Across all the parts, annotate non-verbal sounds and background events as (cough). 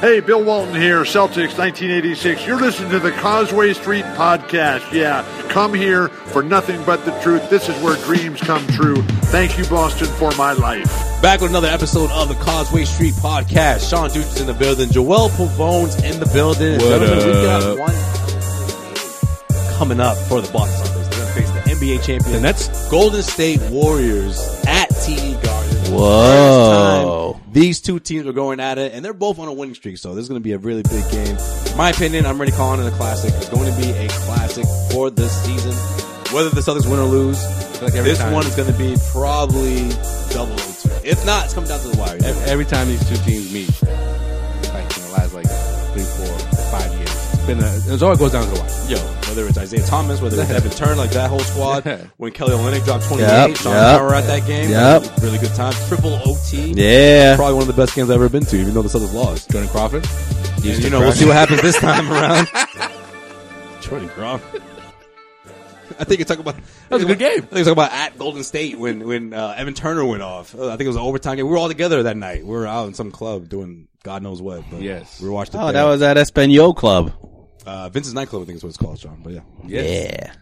Hey, Bill Walton here, Celtics 1986. You're listening to the Causeway Street Podcast. Yeah, come here for nothing but the truth. This is where dreams come true. Thank you, Boston, for my life. Back with another episode of the Causeway Street Podcast. Sean Duke is in the building. Joel Pavone's in the building. And What gentlemen, up? We got one coming up for the Boston Celtics. They're going to face the NBA champion. The Nets? Golden State Warriors at TD Garden. Whoa. First time These two teams are going at it, and they're both on a winning streak, so this is going to be a really big game. In my opinion, I'm already calling it a classic. It's going to be a classic for this season. Whether the Celtics win or lose, like every this time. one is going to be probably double OT. If not, it's coming down to the wire. Ev- Every time these two teams meet, like in the last like three, four, five years, it's been a, it's always goes down to the wire. Yo, whether it's Isaiah Thomas, whether it's Evan Turner, like that whole squad. When Kelly Olynyk dropped 28, Yep, Sean yep. Power at that game. Yep. That was a really good time. Triple OT. Yeah, Probably one of the best games I've ever been to, even though the Celtics lost. Jordan Crawford. And, you know, we'll see what happens this (laughs) time around. Jordan Crawford. I think you talk about that was a good game. I think you talk about at Golden State when when uh, Evan Turner went off. Uh, I think it was an overtime game. We were all together that night. We were out in some club doing God knows what. But Yes. we watched. it Oh, that there. was at Espanol Club. uh, Vince's nightclub. I think is what it's called, John. But yeah, Yeah.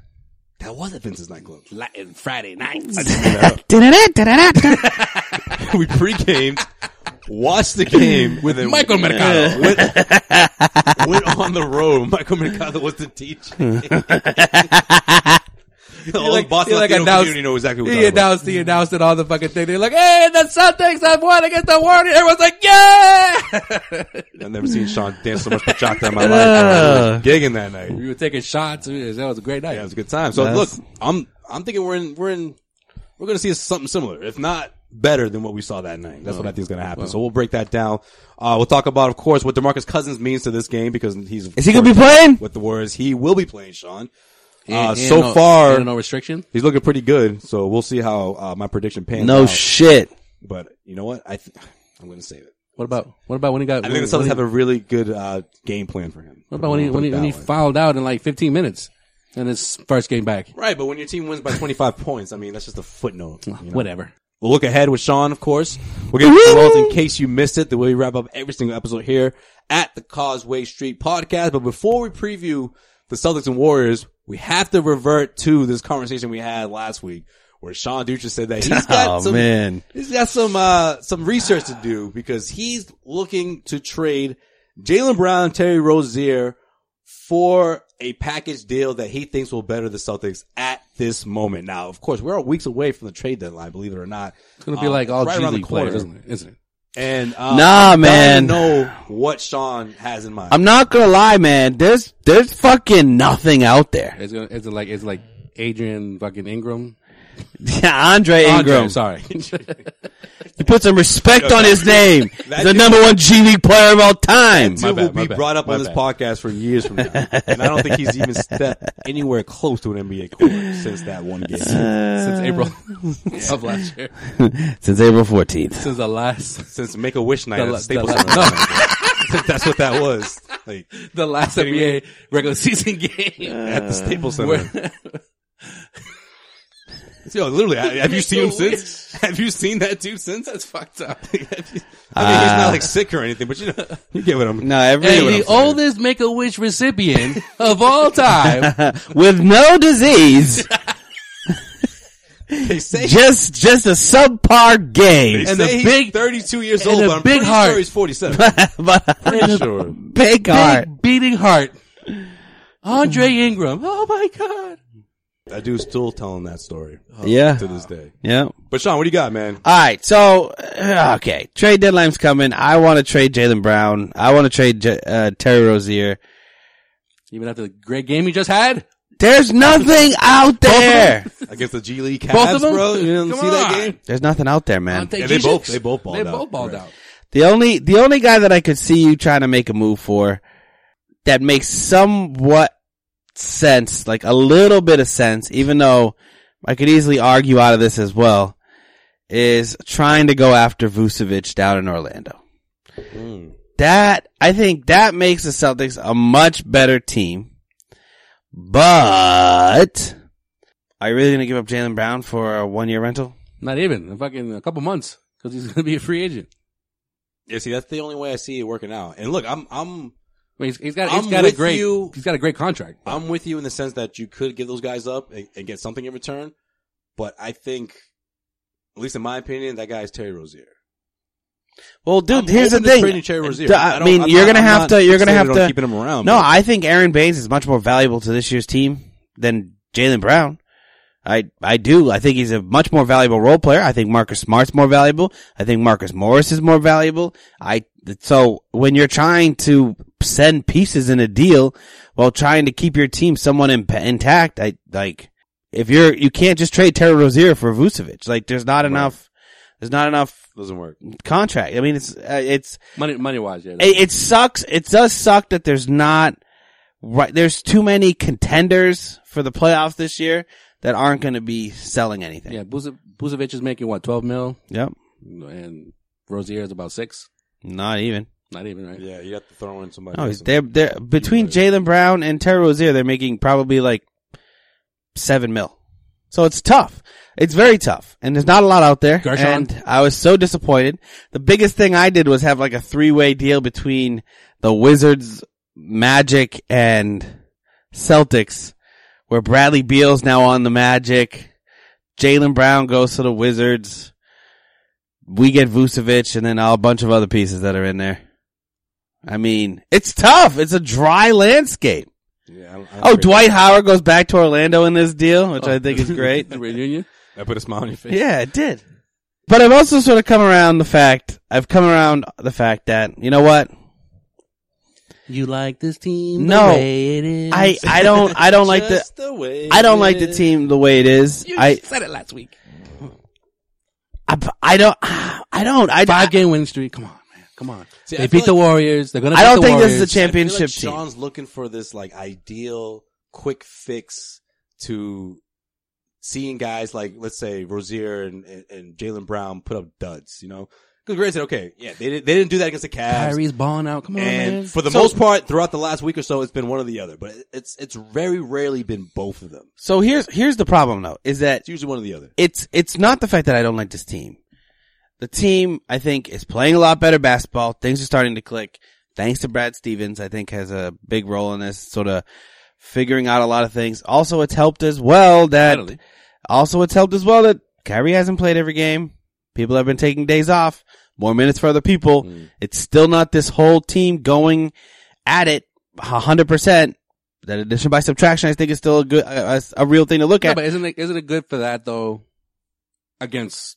that was at Vince's nightclub. Latin Friday nights. (laughs) we pre-gamed, watched the game with (laughs) Michael Mercado. Went, went on the road. Michael Mercado was the (laughs) DJ. the whole Boston Latino community knows exactly what he we're talking about. announced. He announced it on the fucking thing. They're like, "Hey, the Celtics have won against the Warriors." Everyone's like, (laughs) "Yeah!" I've never seen Sean dance so much bachata in (laughs) Uh. my life. I was gigging that night. we were taking shots. It was- That was a great night. Yeah, it was a good time. So That's- look, I'm I'm thinking we're in we're in we're gonna see something similar, if not better than what we saw that night. That's what I think is gonna happen. So we'll break that down. Uh, we'll talk about, of course, what Demarcus Cousins means to this game because he's Is he gonna be playing? with the Warriors. He will be playing, Sean. Uh, And- and so no- far, and no restriction. he's looking pretty good. So we'll see how uh, my prediction pans No out. shit. but you know what? I th- I'm gonna save it. What about what about when he got? I think the when Celtics he- have a really good uh, game plan for him. What about when he when he, when he fouled out in like 15 minutes in his first game back? Right, but when your team wins by 25 points, I mean that's just a footnote. you know? Whatever. We'll look ahead with Sean, of course. We'll get the results in case you missed it. The way we wrap up every single episode here at the Causeway Street Podcast. But before we preview the Celtics and Warriors, we have to revert to this conversation we had last week where Sean Dutra said that he's got (laughs) Oh, some, man. he's got some, uh, some research to do because he's looking to trade Jalen Brown and Terry Rozier for a package deal that he thinks will better the Celtics at this moment. Now, of course, we're weeks away from the trade deadline, believe it or not. It's gonna be Um, like all right G around the League players, corner. isn't it? Isn't it? And uh, Nah, I'm dying to man. know what Sean has in mind. I'm not gonna lie, man. There's there's fucking nothing out there. (laughs) It's gonna it's like it's like Adrian fucking Ingram. Andre Andre, Ingram. sorry. You put some respect on (laughs) his name. He's the dude- number one G League player of all time. Dude bad, will my be bad, brought up my on this bad. podcast for years from now, (laughs) and I don't think he's even stepped anywhere close to an NBA court since that one (laughs) game, since (laughs) April of last year. Since April 14th. Since the last, since Make a Wish night the, at la- the, Staples la- Center. no, (laughs) That's what that was. Like the last NBA regular season (laughs) game. at the Staples Center. Where- Yo, literally, (laughs) I- have you seen him Make a since? Have you seen that dude since? that's fucked up. I (laughs) mean, he's not like sick or anything, but you know, you get what I'm. No, every and the oldest Make a Wish recipient of all time. (laughs) with no disease, (laughs) They say, just just a subpar game. they and the say he's big- 32 years and old, a but I'm big pretty heart. sure he's (laughs) 47. (laughs) But And (laughs) a sure. big heart. Big beating heart. Andre Ingram. Oh my God. That dude's still telling that story Yeah. to this day. Yeah. But Sean, what do you got, man? All right, so uh, okay, trade deadline's coming. I want to trade Jalen Brown. I want to trade J- uh, Terry Rozier. Even after the great game you just had? There's nothing out there. Against the G League Cavs, Both of them? bro. (laughs) You didn't Come see that on. game? There's nothing out there, man. Yeah, they both- they both balled They out. both balled Right. out. The only the only guy that I could see you trying to make a move for that makes somewhat sense, like a little bit of sense, even though I could easily argue out of this as well, is trying to go after Vucevic down in Orlando. Mm. That I think that makes the Celtics a much better team. But are you really going to give up Jalen Brown for a one year rental? Not even. In fucking a couple months. Because he's (laughs) going to be a free agent. Yeah, see, that's the only way I see it working out. And look, I'm, I'm, I mean, he's, he's got, I'm he's got a with great, you. he's got a great contract. I'm with you in the sense that you could give those guys up and, and get something in return. But I think, at least in my opinion, that guy is Terry Rozier. Well, dude, I'm here's the open to thing. trading Terry Rozier. D- I I, don't- mean, I'm you're not- gonna I'm have not to. You're gonna fixated have on to keeping him around, No, but- I think Aaron Baines is much more valuable to this year's team than Jalen Brown. I I do. I think he's a much more valuable role player. I think Marcus Smart's more valuable. I think Marcus Morris is more valuable. I so when you're trying to send pieces in a deal while trying to keep your team somewhat in, intact, I like if you're you can't just trade Terry Rozier for Vucevic. Like there's not enough. There's not enough Doesn't work. contract. I mean, it's uh, it's Money, money wise, yeah. it, it sucks. It does suck that there's not right. There's too many contenders for the playoffs this year that aren't going to be selling anything. yeah. Buze- Bucevic is making what, 12 mil? Yep. And Rozier is about six. Not even. Not even, right? Yeah, you have to throw in somebody. No, else Oh, he's- in they're they're between Jalen Brown and Terry Rozier. They're making probably like seven mil. So it's tough. It's very tough, and there's not a lot out there. Gershon? And I was so disappointed. The biggest thing I did was have like a three way deal between the Wizards, Magic, and Celtics, where Bradley Beal's now on the Magic. Jalen Brown goes to the Wizards. We get Vucevic, and then a bunch of other pieces that are in there. I mean, it's tough. It's a dry landscape. Yeah, I don't- I don't Oh, agree. Dwight Howard goes back to Orlando in this deal, which (laughs) I think is great. Oh. The reunion? I put a smile on your face. (laughs) yeah, it did. But I've also sort of come around the fact, I've come around the fact that, you know what? You like this team? the No. way it is. I, I don't, I don't like the, I don't like the team the way it is. I, said it last week. I, I don't, I don't, I, Five game winning streak. Come on, man. Come on. See, I they feel beat the like- Warriors. They're gonna. I beat don't the think this is Warriors. a championship I feel like team. Sean's looking for this like ideal quick fix to seeing guys like let's say Rozier and and, and Jalen Brown put up duds. You know, because Grant said, okay, yeah, they didn't, they didn't do that against the Cavs. Kyrie's balling out. Come on, and man. for the So- most part, throughout the last week or so, it's been one or the other. But it's it's very rarely been both of them. so here's, here's the problem though, is that It's usually one or the other. it's it's not the fact that I don't like this team. The team I think is playing a lot better basketball. Things are starting to click. Thanks to Brad Stevens, I think has a big role in this sort of figuring out a lot of things. Also, it's helped as well that Finally. also it's helped as well that Kyrie hasn't played every game. People have been taking days off, more minutes for other people. Mm-hmm. Mm. It's still not this whole team going at it hundred percent. That addition by subtraction, I think, is still a good, a, a- a real thing to look No, at. but isn't it isn't it good for that though? Against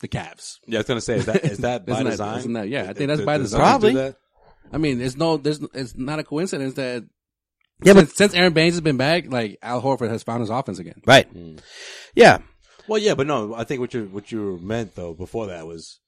the Cavs. Yeah, I was gonna say is that is (laughs) that by Isn't that- design? isn't that- yeah, I think Th- that's th- by does design. Zion do Probably. that? I mean, there's no, there's, it's not a coincidence that. Yeah, but- since, since Aaron Baines has been back, like Al Horford has found his offense again. Right. Yeah. Well, yeah, but no, I think what you what you meant though before that was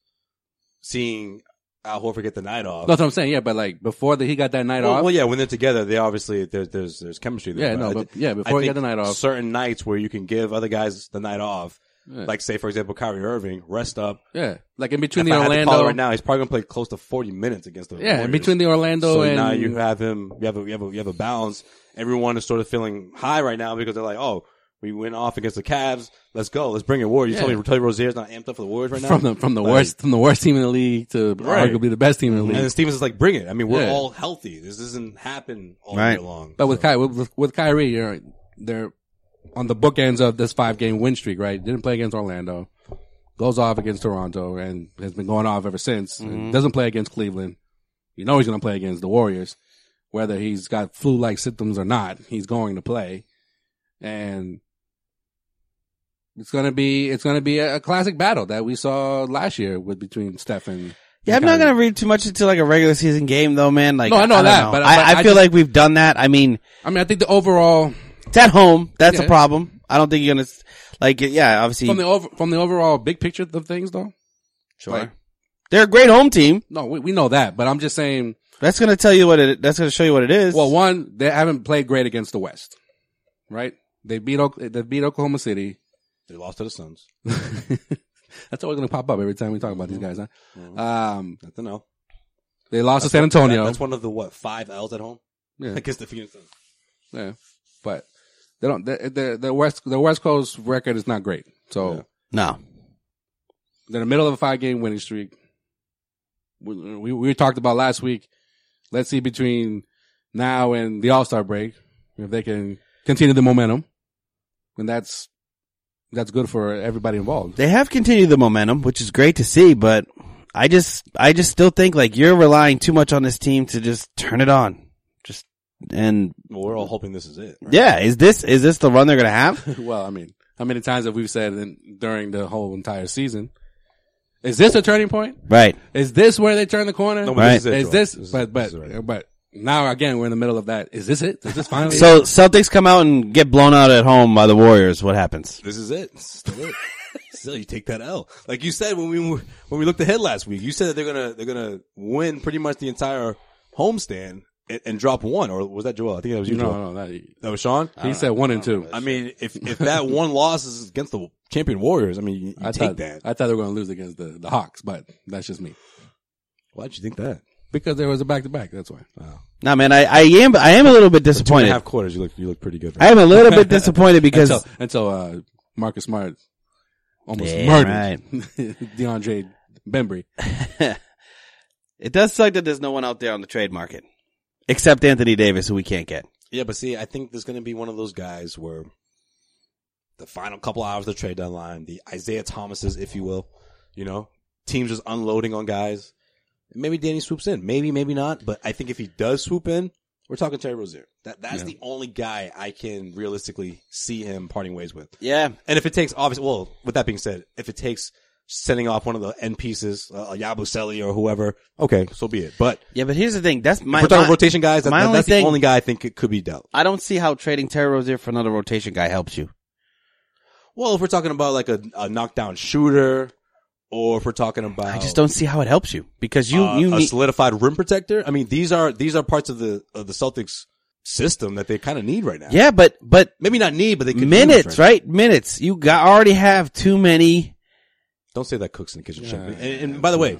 seeing Al Horford get the night off. That's what I'm saying. Yeah, but like before that, he got that night well, off. well, yeah, when they're together, they obviously there's there's there's chemistry there. Yeah, no, I- but- yeah, I before he think got the night off. certain nights where you can give other guys the night off, like say for example Kyrie Irving, rest up. yeah, like in between If the I had to Orlando. call it right now, he's probably gonna play close to 40 minutes against the yeah, in Warriors. between the Orlando So and now you have him. You have a you have a you have a balance. Everyone is sort of feeling high right now because they're like, oh, we went off against the Cavs. Let's go. Let's bring it Warriors. You Yeah. tell me, tell me Rozier's not amped up for the Warriors right now. from the from the Like, worst from the worst team in the league to Right. arguably the best team in the And league. then Stevens is like, bring it. I mean, we're Yeah. all healthy. This doesn't happen all Right. year long. But with Kyrie, with, with Kyrie, you're, they're on the bookends of this five game win streak, right? Didn't play against Orlando, goes off against Toronto, and has been going off ever since. And doesn't play against Cleveland. You know he's going to play against the Warriors, whether he's got flu like symptoms or not. He's going to play, and it's going to be it's going to be a, a classic battle that we saw last year with between Steph and Yeah, I'm not gonna read too much into like a regular season game though, man. Like, No, I know don't that, but- I, but I I feel just- like we've done that. I mean, I mean, I think the overall it's at home. That's a Yeah. problem. I don't think you're gonna like. Yeah, obviously, from the over, from the overall big picture of things, though. sure. like- they're a great home team. No, we, we know that, but I'm just saying. That's gonna tell you what it. That's gonna show you what it is. Well, one, they haven't played great against the West, right? They beat Ok- they beat Oklahoma City. (laughs) They lost to the Suns. That's always going to pop up every time we talk about these guys, huh? Um, Nothing else. they lost to San Antonio. Mm-hmm. that's one of the what five L's at home (laughs) Yeah, against the Phoenix Suns. yeah, but they don't. The, the the West the West Coast record is not great, so Yeah. no, they're in the middle of a five game winning streak. We, we we talked about last week. Let's see between now and the All Star break if they can continue the momentum, and that's that's good for everybody involved. they have continued the momentum, which is great to see. But I just, I just still think like you're relying too much on this team to just turn it on. Just and Well, we're all hoping this is it. right? yeah, is this is this the run they're gonna have? (laughs) (laughs) well, I mean, how many times have we said in, during the whole entire season? Is this a turning point? right. Is this where they turn the corner? No, but Right. this is, it, is Joel. this? is- but but this is right. but now again, we're in the middle of that. Is this it? Is (laughs) this finally? it? So Celtics come out and get blown out at home by the Warriors. What happens? This is it. Still it. Still, you take that L. Like you said when we were- when we looked ahead last week, you said that they're gonna they're gonna win pretty much the entire homestand and, and drop one. Or was that Joel? I think that was you, no, Joel. no, that, That was Sean. he said one and two. I mean, if if that one loss is against the champion Warriors, I mean, you, you I take thought, that. I thought they were going to lose against the, the Hawks, but that's just me. Why'd you think that? Because there was a back to back. That's why. Oh. No, man, I, I am I am a little bit Two and a disappointed. half quarters. You look you look pretty good. I am a little (laughs) bit disappointed because Until, until uh, Marcus Smart almost Yeah, murdered right. (laughs) DeAndre Bembry. it does suck that there's no one out there on the trade market except Anthony Davis, who we can't get. Yeah, but see, I think there's going to be one of those guys where the final couple hours of the trade deadline, the Isaiah Thomases, if you will, you know, teams just unloading on guys. Maybe Danny swoops in. Maybe, maybe not. But I think if he does swoop in, we're talking Terry Rozier. That that's the only guy I can realistically see him parting ways with. Yeah, And if it takes, obviously, well, with that being said, if it takes sending off one of the end pieces, uh, Yabusele or whoever, okay, so be it. But yeah, but here's the thing. That's my, if we're talking my- rotation guys. That, my that- only that's thing- the only guy I think it could be dealt. I don't see how trading Terry Rozier for another rotation guy helps you. Well, if we're talking about like a, a knockdown shooter, or if we're talking about I just don't see how it helps you because you uh, you a need, solidified rim protector. I mean, these are these are parts of the of the Celtics system that they kind of need right now. yeah, but but maybe not need, but they could use minutes, right? Minutes. You got already have too many. Don't say that cooks in the kitchen. chef. And, and by the way,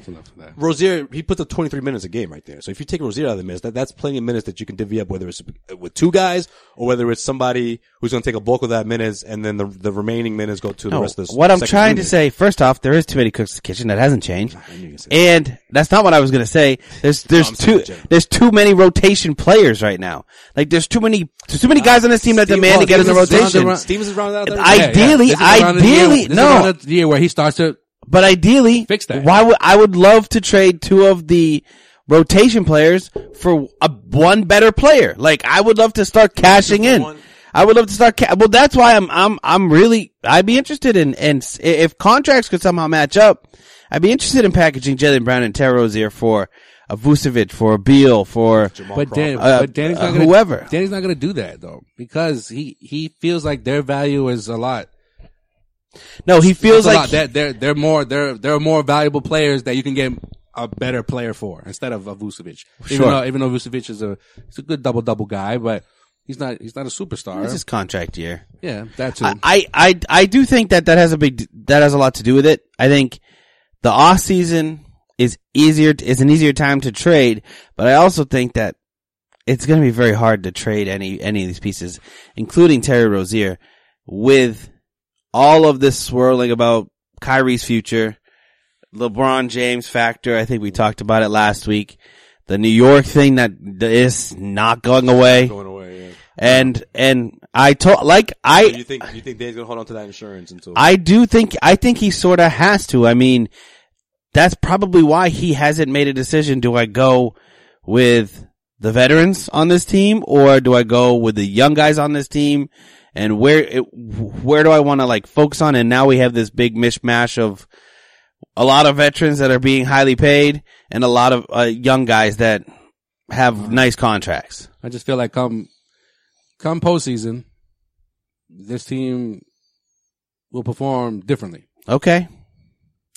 Rozier he puts up twenty three minutes a game right there. So if you take Rozier out of the minutes, that, that's plenty of minutes that you can divvy up, whether it's with two guys or whether it's somebody who's going to take a bulk of that minutes, and then the the remaining minutes go to the No, rest of the what I'm second trying to unit. say, first off, there is too many cooks in the kitchen. That hasn't changed, and that's not what I was going to say. There's there's I'm saying too in general. there's too many rotation players right now. Like there's too many there's too many guys on this team that Uh, Steve- demand to get in the Stevens is rounded rotation. around- Stevens is rounded out there. I- Ideally- This is around the ideally- year- this is no. around the year where he starts to. But ideally, Fix that. Why would I would love to trade two of the rotation players for a one better player. Like I would love to start cashing in. one. I would love to start. Ca- well, that's why I'm I'm I'm really I'd be interested in and s- i- if contracts could somehow match up, I'd be interested in packaging Jalen Brown and Terry Rozier for a Vucevic, for a Beal, for But, Dan, Uh, but Danny's uh, not gonna, whoever. Danny's not going to do that though, because he he feels like their value is a lot No, he feels That's a like lot. They're, they're, they're more they're they're more valuable players that you can get a better player for instead of, of Vucevic. Even Sure. though even though Vucevic is a he's a good double double guy, but he's not he's not a superstar. it's his contract year. yeah, that too. I, I, I- I do think that that has a big, that has a lot to do with it. I think the off season is easier, is an easier time to trade, but I also think that it's going to be very hard to trade any, any of these pieces, including Terry Rozier with all of this swirling about Kyrie's future, LeBron James factor. I think we talked about it last week. The New York thing that is not going away. going away. Yeah. And, and I told, like, I, you think you think Dave's gonna hold on to that insurance until I do think I think he sort of has to. I mean, that's probably why he hasn't made a decision. Do I go with the veterans on this team, or do I go with the young guys on this team? And where it, where do I want to like focus on? And now we have this big mishmash of a lot of veterans that are being highly paid, and a lot of uh, young guys that have nice contracts. I just feel like come come postseason, this team will perform differently. Okay,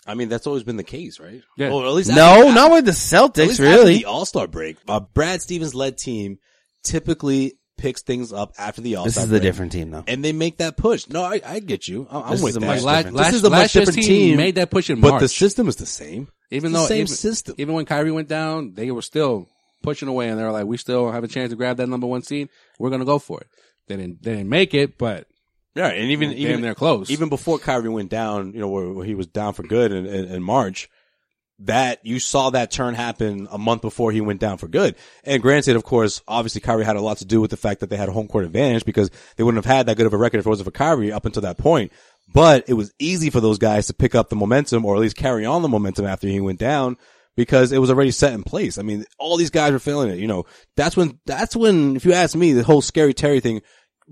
I mean that's always been the case, right? Yeah. Or at least after- no, not with the at Celtics, least after really. the All Star break. A Brad Stevens led team typically picks things up after the All This Star. is the different team, though. and they make that push. No, I, I get you. I- I'm This with is a that. much Like, different. la- last, this is a much last year's different team, team. made that push in but March. the system is the same. even It's the though same even, system. even when Kyrie went down, they were still pushing away, and they were like, "We still have a chance to grab that number one seed. We're gonna go for it." They didn't. They didn't make it, but Yeah, and even Damn even near close. Even before Kyrie went down, you know, where, where he was down for good in, in, in March, that you saw that turn happen a month before he went down for good. And granted, of course, obviously Kyrie had a lot to do with the fact that they had a home court advantage because they wouldn't have had that good of a record if it wasn't for Kyrie up until that point. But it was easy for those guys to pick up the momentum or at least carry on the momentum after he went down because it was already set in place. I mean, all these guys were feeling it. You know, that's when, that's when, if you ask me, the whole scary Terry thing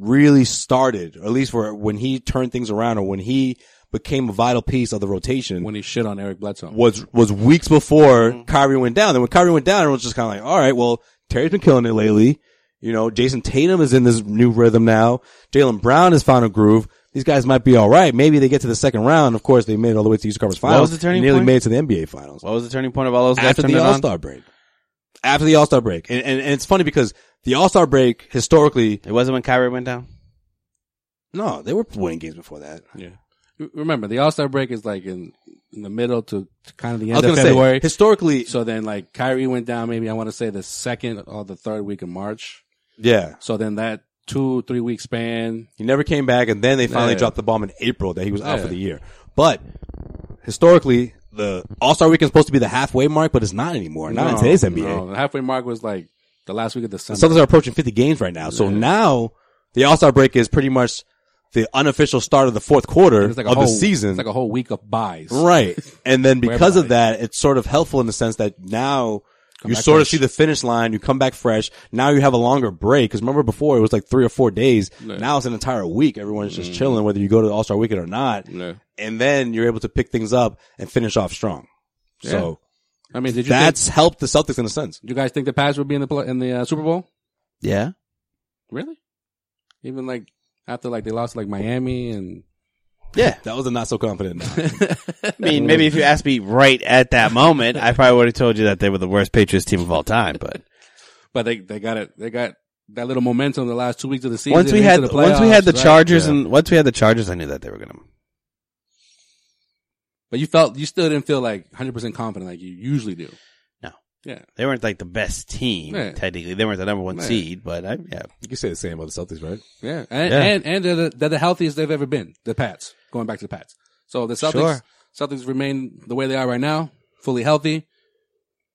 really started, or at least for when he turned things around or when he became a vital piece of the rotation when he shit on Eric Bledsoe, was was weeks before Mm-hmm. Kyrie went down. Then when Kyrie went down, it was just kind of like, all right, well, Terry's been killing it lately. You know, Jason Tatum is in this new rhythm now. Jalen Brown has found a groove. These guys might be all right. Maybe they get to the second round. Of course, they made it all the way to the Eastern Conference What was Finals. the turning Nearly point? made it to the NBA Finals What was the turning point of all those guys after turned it the on? All Star break. After the All Star break, and, and and it's funny because the All Star break historically, It wasn't when Kyrie went down. no, they were winning games before that. yeah. R- Remember, the All Star break is like in in the middle to, to kind of the I end was of gonna February. say historically, so then, like Kyrie went down. Maybe I want to say the second or the third week of March. yeah. So then that two three week span, He never came back, and then they finally Yeah. dropped the bomb in April that he was out Yeah. for the year. But historically, the All Star Weekend is supposed to be the halfway mark, but it's not anymore. Not in No, today's NBA. no. The halfway mark was like the last week of the The summer. Celtics are approaching 50 games right now. So now the All Star break is pretty much the unofficial start of the fourth quarter It's like a of whole, the season. It's like a whole week of buys. Right. And then because Whereby- of that, it's sort of helpful in the sense that now you back sort of fresh. see the finish line, you come back fresh. Now you have a longer break. Cause remember before it was like three or four days. Now it's an entire week. Everyone's just chilling, whether you go to the All Star Weekend or not. Yeah. And then you're able to pick things up and finish off strong. So I mean, did you that's helped the Celtics in a sense. think, you guys think the Pats would be in the pla in the uh, Super Bowl? Yeah. Really? Even like after like they lost like Miami and Yeah. That was a not so (laughs) confident. I mean, maybe if you asked me right at that moment, I probably would have told you that they were the worst Patriots team of all time. But but they they got it they got that little momentum the last two weeks of the (laughs) season. once we into had the once we had playoffs, the right? Chargers Yeah. and once we had the Chargers, I knew that they were gonna. but you felt you still didn't feel like 100 percent confident like you usually do. No. Yeah. They weren't like the best team Yeah. technically. They weren't the number one Yeah. seed, but I, yeah, you can say the same about the Celtics, right? Yeah, and Yeah. and, and they're, the, they're the healthiest they've ever been. The Pats, going back to the Pats. So the Celtics, Sure. Celtics remain the way they are right now, fully healthy.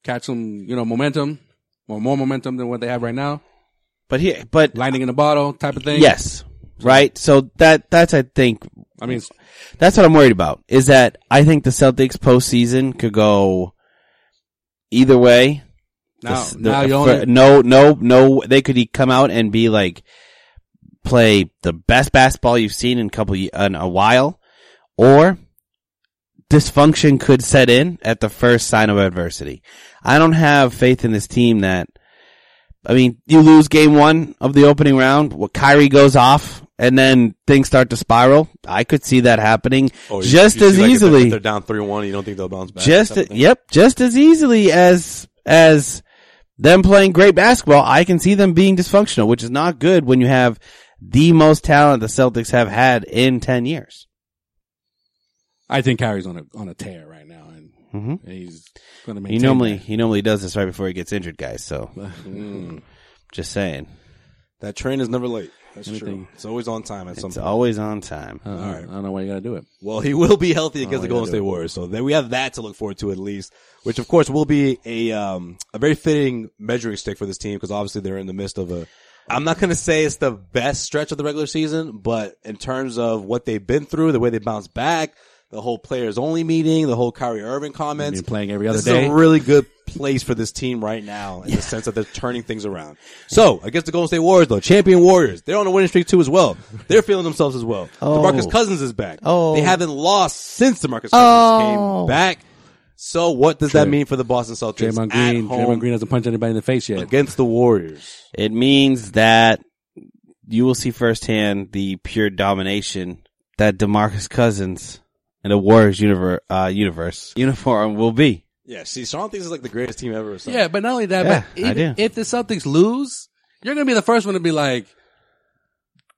Catch some, you know, momentum or more momentum than what they have right now. but here, but Lightning in a bottle type of thing. yes, right. So that that's I think I mean, it's- That's what I'm worried about. Is that I think the Celtics postseason could go either way. Now- s- now you only- no, no, no. They could e- come out and be like play the best basketball you've seen in a couple ye- in a while, or dysfunction could set in at the first sign of adversity. I don't have faith in this team that. I mean, you lose game one of the opening round. Well, Kyrie goes off and then things start to spiral. I could see that happening Or Oh, you- just you see, as like, if they're- easily. if they're down three one. You don't think they'll bounce back? just type of thing. yep, just as easily as as them playing great basketball. I can see them being dysfunctional, which is not good when you have the most talent the Celtics have had in ten years. I think Kyrie's on a on a tear right now, and Mm-hmm. he's going to make. He normally he normally does this right before he gets injured, guys. So just saying, that train is never late. That's Anything. true. It's always on time at some it's point. always on time. I don't, know- I don't know why you got to do it. Well, he will be healthy against Oh, the yeah, Golden State dude. Warriors, so then we have that to look forward to at least, which of course will be a um, a very fitting measuring stick for this team because obviously they're in the midst of a. I'm not going to say it's the best stretch of the regular season, but in terms of what they've been through, the way they bounced back, the whole players only meeting, the whole Kyrie Irving comments, Been playing every other this day. is a really good place for this team right now in the sense that they're turning things around. So against the Golden State Warriors, though, champion Warriors, they're on a winning streak too as well. They're feeling themselves as well. Oh. DeMarcus Cousins is back. Oh. they haven't lost since DeMarcus Cousins Oh. came back. So what does that mean for the Boston Celtics Draymond at Green, home Draymond Green hasn't punched anybody in the face yet. against the Warriors? It means that you will see firsthand the pure domination that DeMarcus Cousins in the Warriors universe, uh, universe uniform will be. Yeah, see, Sean thinks it's like the greatest team ever. Or something. Yeah, but not only that, but Yeah, I even do. if the Celtics lose, you're going to be the first one to be like,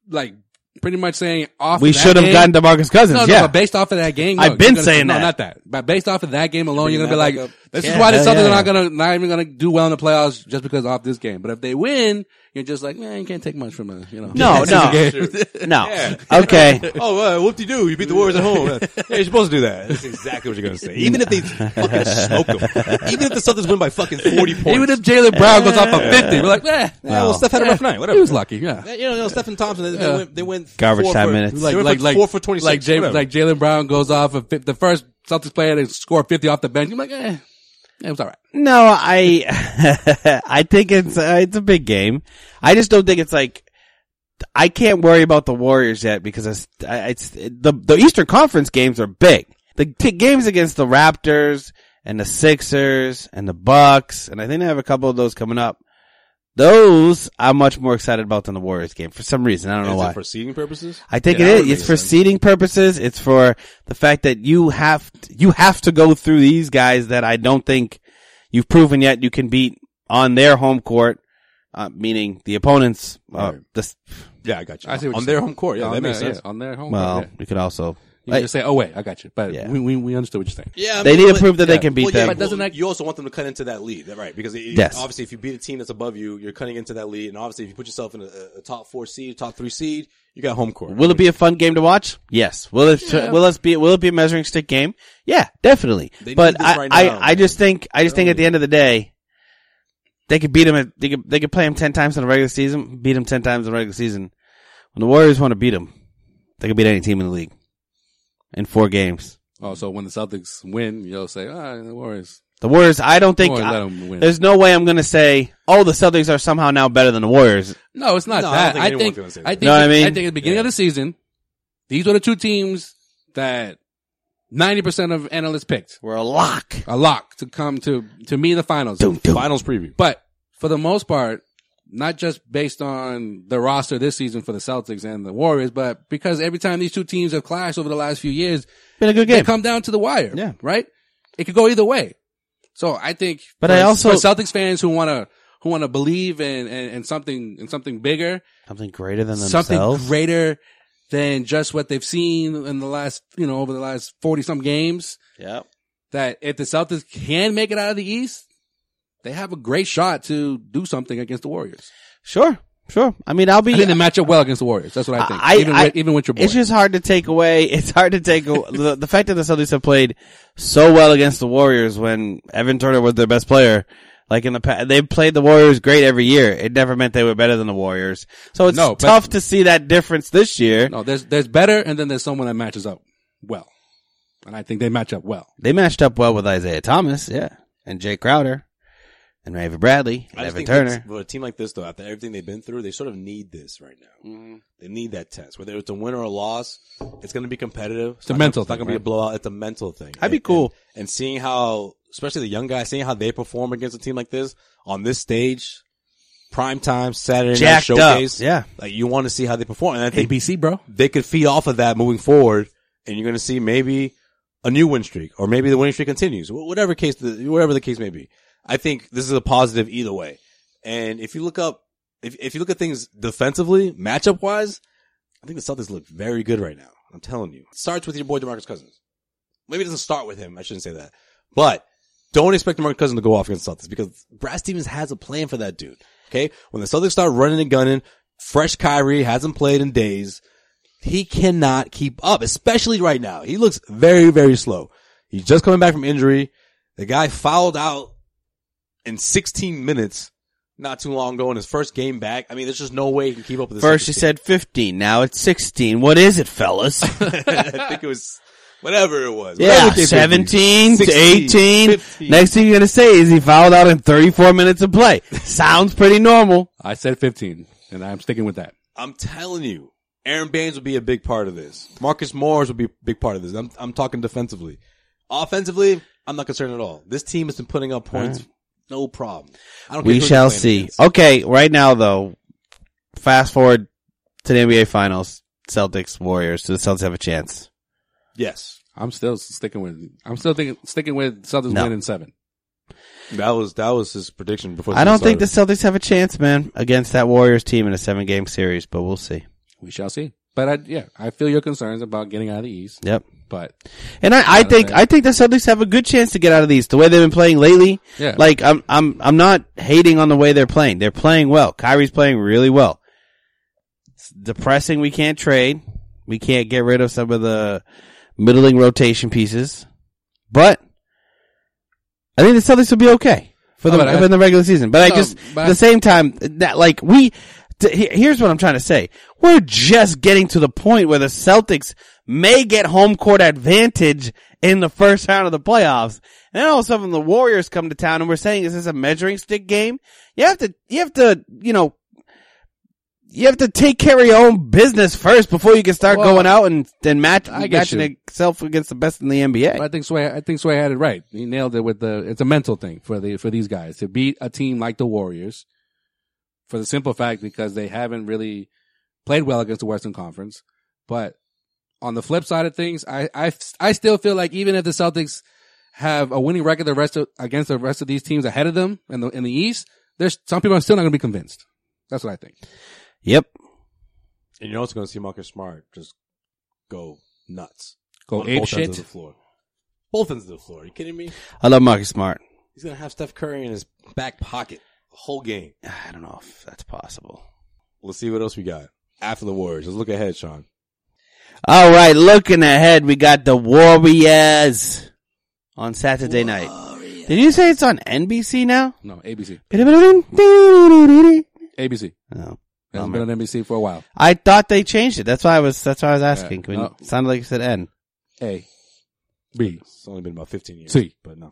like pretty much saying off. We of that should have game- gotten DeMarcus Cousins. No, no, yeah, but based off of that game, I've no, been you're gonna- saying no, that. not that. But based off of that game alone, you're gonna be that like, back up. "This is Yeah, why the hell Celtics yeah. are not gonna not even gonna do well in the playoffs just because off this game." But if they win, you're just like, "Man, you can't take much from a you know." no, no, (laughs) no. Okay, Oh, uh, whoop de doo! You beat the Warriors at (laughs) home. Yeah, you're supposed to do that. That's exactly what you're going to say. Even if they fucking smoke them, even if the Celtics win by fucking forty points, Even if Jalen Brown goes off of fifty, we're like, eh, "Yeah, Yeah, well, Steph had a rough night. Whatever. he was lucky." Yeah, Yeah, You know, you know Stephen Thompson. They, they Yeah. went. They went Garbage four time for, minutes. Like, they like went like for like four for twenty six. Like Jalen like Jalen Brown goes off of fif- the first Celtics player to score fifty off the bench. I'm like, eh, it was all right. no. I (laughs) I think it's uh, it's a big game. I just don't think it's like I can't worry about the Warriors yet because it's, I- it's the the Eastern Conference games are big. The t- games against the Raptors and the Sixers and the Bucks, and I think I have a couple of those coming up. Those I'm much more excited about than the Warriors game for some reason. I don't know why. for seeding purposes. I think Yeah, that it would is. It's make for sense. seeding purposes. It's for the fact that you have t- you have to go through these guys that I don't think you've proven yet you can beat on their home court, uh, meaning the opponents. Uh, the s Yeah, I got you. I see what on you're their saying. home court. Yeah, on that their- makes sense. yeah, on their home. well, court, yeah. you could also you can just say, "Oh wait, I got you," but Yeah. we, we we understood what you're saying. Yeah, I They mean, need to but- prove that they can beat well, yeah, them. but doesn't that, you also want them to cut into that lead, that- right? Because it, it- Yes. obviously, if you beat a team that's above you, you're cutting into that lead, and obviously, if you put yourself in a, a top four seed, top three seed, you got home court. Will it be a fun game to watch? Yes. Will it? Will us be? Will it be a measuring stick game? Yeah, definitely. They But need this I, right now, I, I man. just think, I just think Oh. at the end of the day, they could beat him. At, they could, they could play him ten times in the regular season. Beat him ten times in the regular season. When the Warriors want to beat him, they could beat any team in the league in four games. Oh, so when the Celtics win, you'll say, "Ah, the Warriors." The Warriors, I don't think. Warriors I- let 'em win. there's no way I'm going to say, oh, the Celtics are somehow now better than the Warriors. No, it's not No, I don't that. think I anyone's think gonna say that. I think Know what I mean? I think at the beginning of the season, these were the two teams that ninety percent of analysts picked We're a lock. a lock to come to to me the finals. Finals preview. But for the most part, not just based on the roster this season for the Celtics and the Warriors, but because every time these two teams have clashed over the last few years, Been a good they game. come down to the wire. Yeah. Right? It could go either way. So I think But for- I also- for Celtics fans who wanna who wanna believe in, in, in something in something bigger, Something greater than themselves. something greater than just what they've seen in the last you know, over the last forty some games, Yep. that if the Celtics can make it out of the East, they have a great shot to do something against the Warriors. Sure, sure. I mean, I'll be. I think they match up well against the Warriors. That's what I think. I- even, I- with, even with your boy. It's just hard to take away. (laughs) It's hard to take aw- the, the fact that the Celtics have played so well against the Warriors when Evan Turner was their best player. Like in the past, they've played the Warriors great every year. It never meant they were better than the Warriors. So it's No, but- tough to see that difference this year. no, there's there's better, and then there's someone that matches up well, and I think they match up well. They matched up well with Isaiah Thomas, yeah, and Jay Crowder, and Raven Bradley, and I just Evan think Turner. that's- for a team like this, though, after everything they've been through, they sort of need this right now. They need that test. Whether it's a win or a loss, it's going to be competitive. It's a not gonna- mental It's not thing, going to be a right? blowout. It's a mental thing. That'd be And- cool. And, and seeing how, especially the young guys, seeing how they perform against a team like this on this stage prime time Saturday night Jacked up. showcase. Yeah. like you want to see how they perform, and I think ABC, bro. they could feed off of that moving forward, and you're going to see maybe a new win streak, or maybe the winning streak continues. Wh- Whatever case, the, whatever the case may be, I think this is a positive either way. And if you look up, if if you look at things defensively, matchup wise, I think the Celtics look very good right now. I'm telling you, it starts with your boy Demarcus Cousins. Maybe it doesn't start with him. I shouldn't say that, but don't expect Demarcus Cousins to go off against the Celtics because Brad Stevens has a plan for that dude. Okay, when the Celtics start running and gunning, fresh Kyrie hasn't played in days he cannot keep up, especially right now. He looks very, very slow. He's just coming back from injury. The guy fouled out in 16 minutes not too long ago in his first game back. I mean, there's just no way he can keep up with this. First, Celtics she team. said 15. Now it's 16. What is it, (laughs) fellas? I think it was whatever it was. yeah, Whatever the case may be. 17 to 16, 18. 15. Next thing you're going to say is he fouled out in 34 minutes (laughs) of play. Sounds pretty normal. I said 15, and I'm sticking with that. I'm telling you, Aaron Baines will be a big part of this. Marcus Morris will be a big part of this. I'm, I'm talking defensively. Offensively, I'm not concerned at all. This team has been putting up points, no problem. I don't We who they're shall playing see. Oh. against. Okay, right now though, fast forward to the NBA Finals. Celtics, Warriors. Do the Celtics have a chance? Yes, I'm still sticking with. I'm still thinking, sticking with Celtics No. win in seven. that was that was his prediction before. I don't think the this. Celtics have a chance, man, against that Warriors team in a seven game series, but we'll see. We shall see. But I, yeah, I feel your concerns about getting out of the East. Yep. But And I, I Not a think thing. I think the Celtics have a good chance to get out of these. The way they've been playing lately, Yeah. like I'm I'm I'm not hating on the way they're playing. They're playing well. Kyrie's playing really well. It's depressing. We can't trade. We can't get rid of some of the middling rotation pieces, but I think the Celtics will be okay for the Oh, but I- in the regular season. But I No, just but- at the same time that like we. t- he- Here's what I'm trying to say. We're just getting to the point where the Celtics may get home court advantage in the first round of the playoffs. And then all of a sudden the Warriors come to town and we're saying, is this a measuring stick game? You have to, you have to, you know, you have to take care of your own business first before you can start Well, going out and, and match, I get matching you. itself against the best in the NBA. I think Sway, I think Sway had it right. He nailed it with the. It's a mental thing for the for these guys to beat a team like the Warriors, for the simple fact because they haven't really played well against the Western Conference. But on the flip side of things, I I, I still feel like even if the Celtics have a winning record the rest of, against the rest of these teams ahead of them in the in the East, there's some people are still not going to be convinced. That's what I think. yep. And you're also going to see Marcus Smart just go nuts. Go on ape both shit. ends of the floor. Both ends of the floor. Are you kidding me? I love Marcus Smart. (sighs) He's going to have Steph Curry in his back pocket the whole game. I don't know if that's possible. Let's see what else we got after the Warriors. Let's look ahead, Sean. All right, looking ahead, we got the Warriors on Saturday night. Did you say it's on (laughs) NBC now? No, ABC, No. ABC. It's been on NBC for a while. I thought they changed it. That's why I was. That's why I was asking. Yeah, Oh. no. It sounded like you said N. A, B. It's only been about 15 years. See. But no.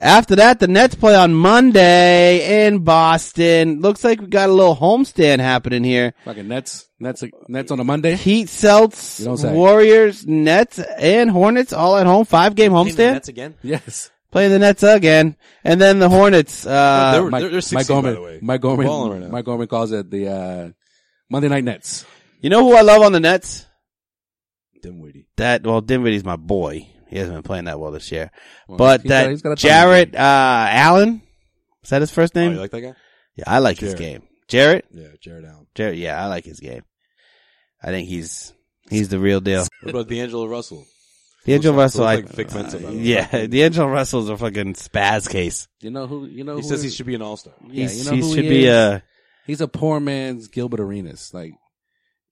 After that, the Nets play on Monday in Boston. Looks like we got a little homestand happening here. Fucking Nets, Nets, Nets on a Monday. (laughs) Heat, You don't Celts, say. Warriors, Nets, and Hornets all at home. Five game homestand. That's again. Yes. Playing the Nets again, and then the Hornets. Uh, They're- they're 16, by Gorman, the way. Mike They're balling Gorman, right now. Mike Gorman calls it the uh, Monday Night Nets. you know who I love on the Nets? Dimwitty. that well Dinwiddie's my boy. He hasn't been playing that well this year. Well, but he's got- that he's got a thumb Jarrett uh, Allen is that his first Oh, name? you like that guy? yeah, I like his Jarrett. game. Jarrett, Yeah, Jared Allen. Jarrett, yeah, I like his game. I think he's he's the real deal. What about D'Angelo Russell? D'Angelo looks Russell, like- I, Uh, looks like Vic Mensa, by the way. yeah, (laughs) D'Angelo Russell's a fucking spaz case. You know who? You know He who says he is- should be an all star. yeah, He's- you know he who should he uh, be uh, is? a He's a poor man's Gilbert Arenas. Like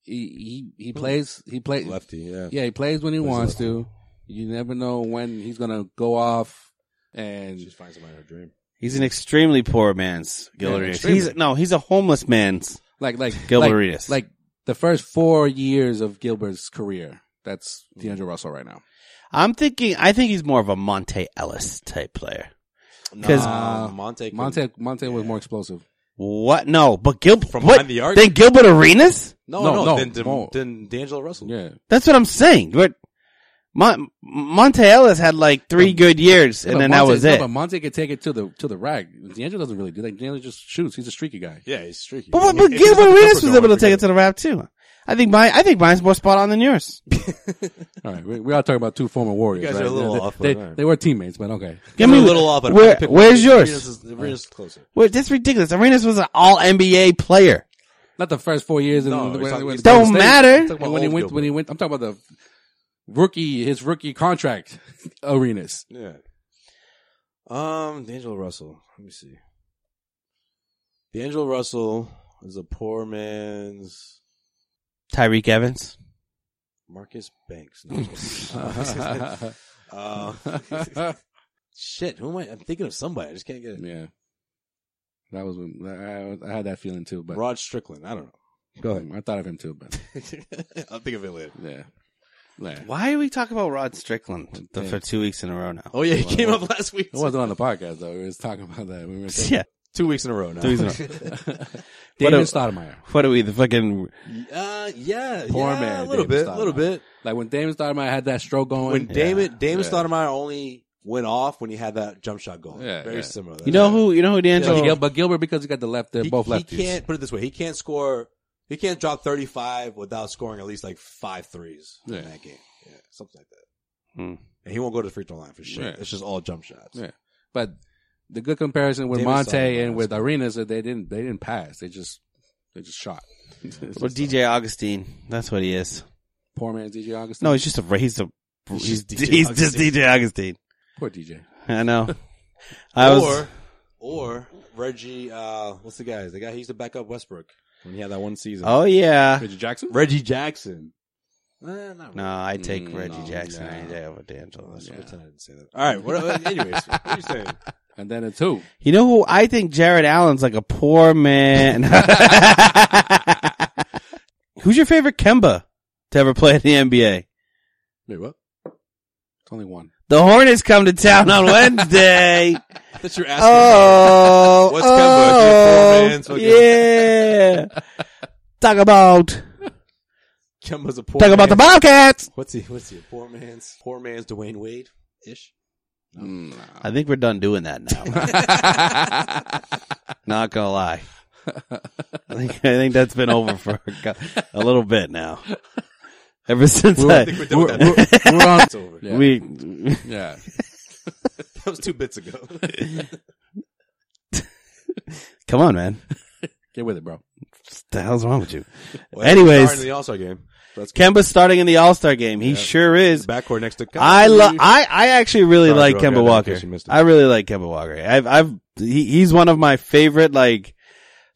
he he, he plays he plays Lefty, yeah. yeah he plays when he Plays wants lefty. to. You never know when he's gonna go off and Just find somebody in her dream. he's an extremely poor man's Gilbert Yeah, Arenas. extremely. He's no, he's a homeless man's. like like Gilbert like, Arenas. Like the first four years of Gilbert's career. That's D'Angelo Russell right now. I'm thinking. I think he's more of a Monte Ellis type player. 'Cause- Nah, Monte. Monte Monte was more explosive. What? No, but Gilbert. From what? behind the arc? Then Gilbert Arenas? No, No, no, no, Then, Dim- no. then D'Angelo Russell. Yeah. That's what I'm saying. But Mon- Monte Ellis had like three good years, and But then that Monte- was no, it. But Monte could take it to the to the rack. D'Angelo doesn't really do that. D'Angelo just shoots. He's a streaky guy. Yeah, he's streaky. But, but, (laughs) but Gilbert Arenas was able to take it to the rap too. I think my I think mine's more spot on than yours. All right, we, we are talking about two former Warriors. guys are right? a little they, off, They, all right. they were teammates, but okay. Give I'm me a little off. but I'm Where, gonna pick- Arenas where's yours? is- Arenas is closer. Wait, that's ridiculous. Arenas was an All NBA player. Not the first four years. And No, the, we're talking- when- Don't when- matter. Talking And about when he old went, Gilbert. when he went, I'm talking about the rookie, his rookie contract, (laughs) Arenas. Yeah. Um, D'Angelo Russell. Let me see. D'Angelo Russell is a poor man's Tyreek Evans. Marcus Banks. No, I'm (laughs) joking. (laughs) uh, yeah, shit, who am I? I'm thinking of somebody. I just can't get it. that was when I- I, I had that feeling too. But Rod Strickland. I don't go ahead. I thought of him too, but know. I'll think of it later. yeah, yeah. Why are we talking about Rod Strickland th- for two weeks in a row (laughs) now? Oh yeah, he came up last week. It wasn't on the podcast though. We was talking about that. We were (laughs) saying, Yeah. Two weeks in a row now. Two weeks in a (laughs) (laughs) Damon What a- Stoudemire. What are we? The fucking Uh, yeah, Poor yeah, man, A little Damon bit, a little Stoudemire. bit. Like when Damon Stoudemire had that stroke going. When Damon Damon Yeah. Stoudemire only went off when he had that jump shot goal. Yeah, very yeah. similar. You know who? You know who But D'Angelo? Gil- but Gilbert because he got the left, they're he, both he lefties. can't put it this way. He can't score. He can't drop 35 without scoring at least like five threes Yeah. in that game. Yeah, something like that. Hmm. And he won't go to the free throw line for shit. Yeah. It's just all jump shots. Yeah. But the good comparison with Damon Monte Stoudemire and is with good. Arenas that they didn't they didn't pass. They just they just (laughs) shot. Well, DJ Augustine. That's what he is. Poor man's DJ Augustine. No, he's just a. He's a. He's, just DJ he's just DJ Augustine. poor DJ. I know. I was. or or Reggie. Uh, what's the guy? The guy he used to back up Westbrook when he had that one season. Oh yeah. Reggie Jackson. Reggie Jackson. Eh, not really. No, I take Mm, Reggie no, Jackson no. any day over D'Angelo. I pretend I didn't say that. All right. What, (laughs) (laughs) anyways, what are you saying? And then it's who? You know who? I think Jared Allen's like a poor man. (laughs) Who's your favorite Kemba to ever play in the NBA? Wait, what? It's only one. The Hornets come to town on Wednesday. That you're asking. oh, What's oh, Kemba? It's your poor man's fucking- yeah. Talk about Kemba's a poor. talk about the man. Bobcats. What's he? What's he? Poor man's. Poor man's Dwayne Wade ish. Mm, (laughs) (laughs) I think we're done doing that now. Not gonna (laughs) lie. I think I think that's been over for a, cou- a little bit now. Ever since I, think we're done with that. We're (laughs) on. It's over. Yeah. we yeah. (laughs) That was two bits (laughs) ago. come on, man. Get with it, bro. What the hell's wrong with you? Well, Anyways. starting the All Star game. That's Kemba's starting in the All Star game. He sure is. backcourt next to. Kyrie. I love. I I actually really Sorry, like Rocky, I Kemba didn't Walker. catch you missed it. I really like Kemba Walker. I've I've he, he's one of my favorite like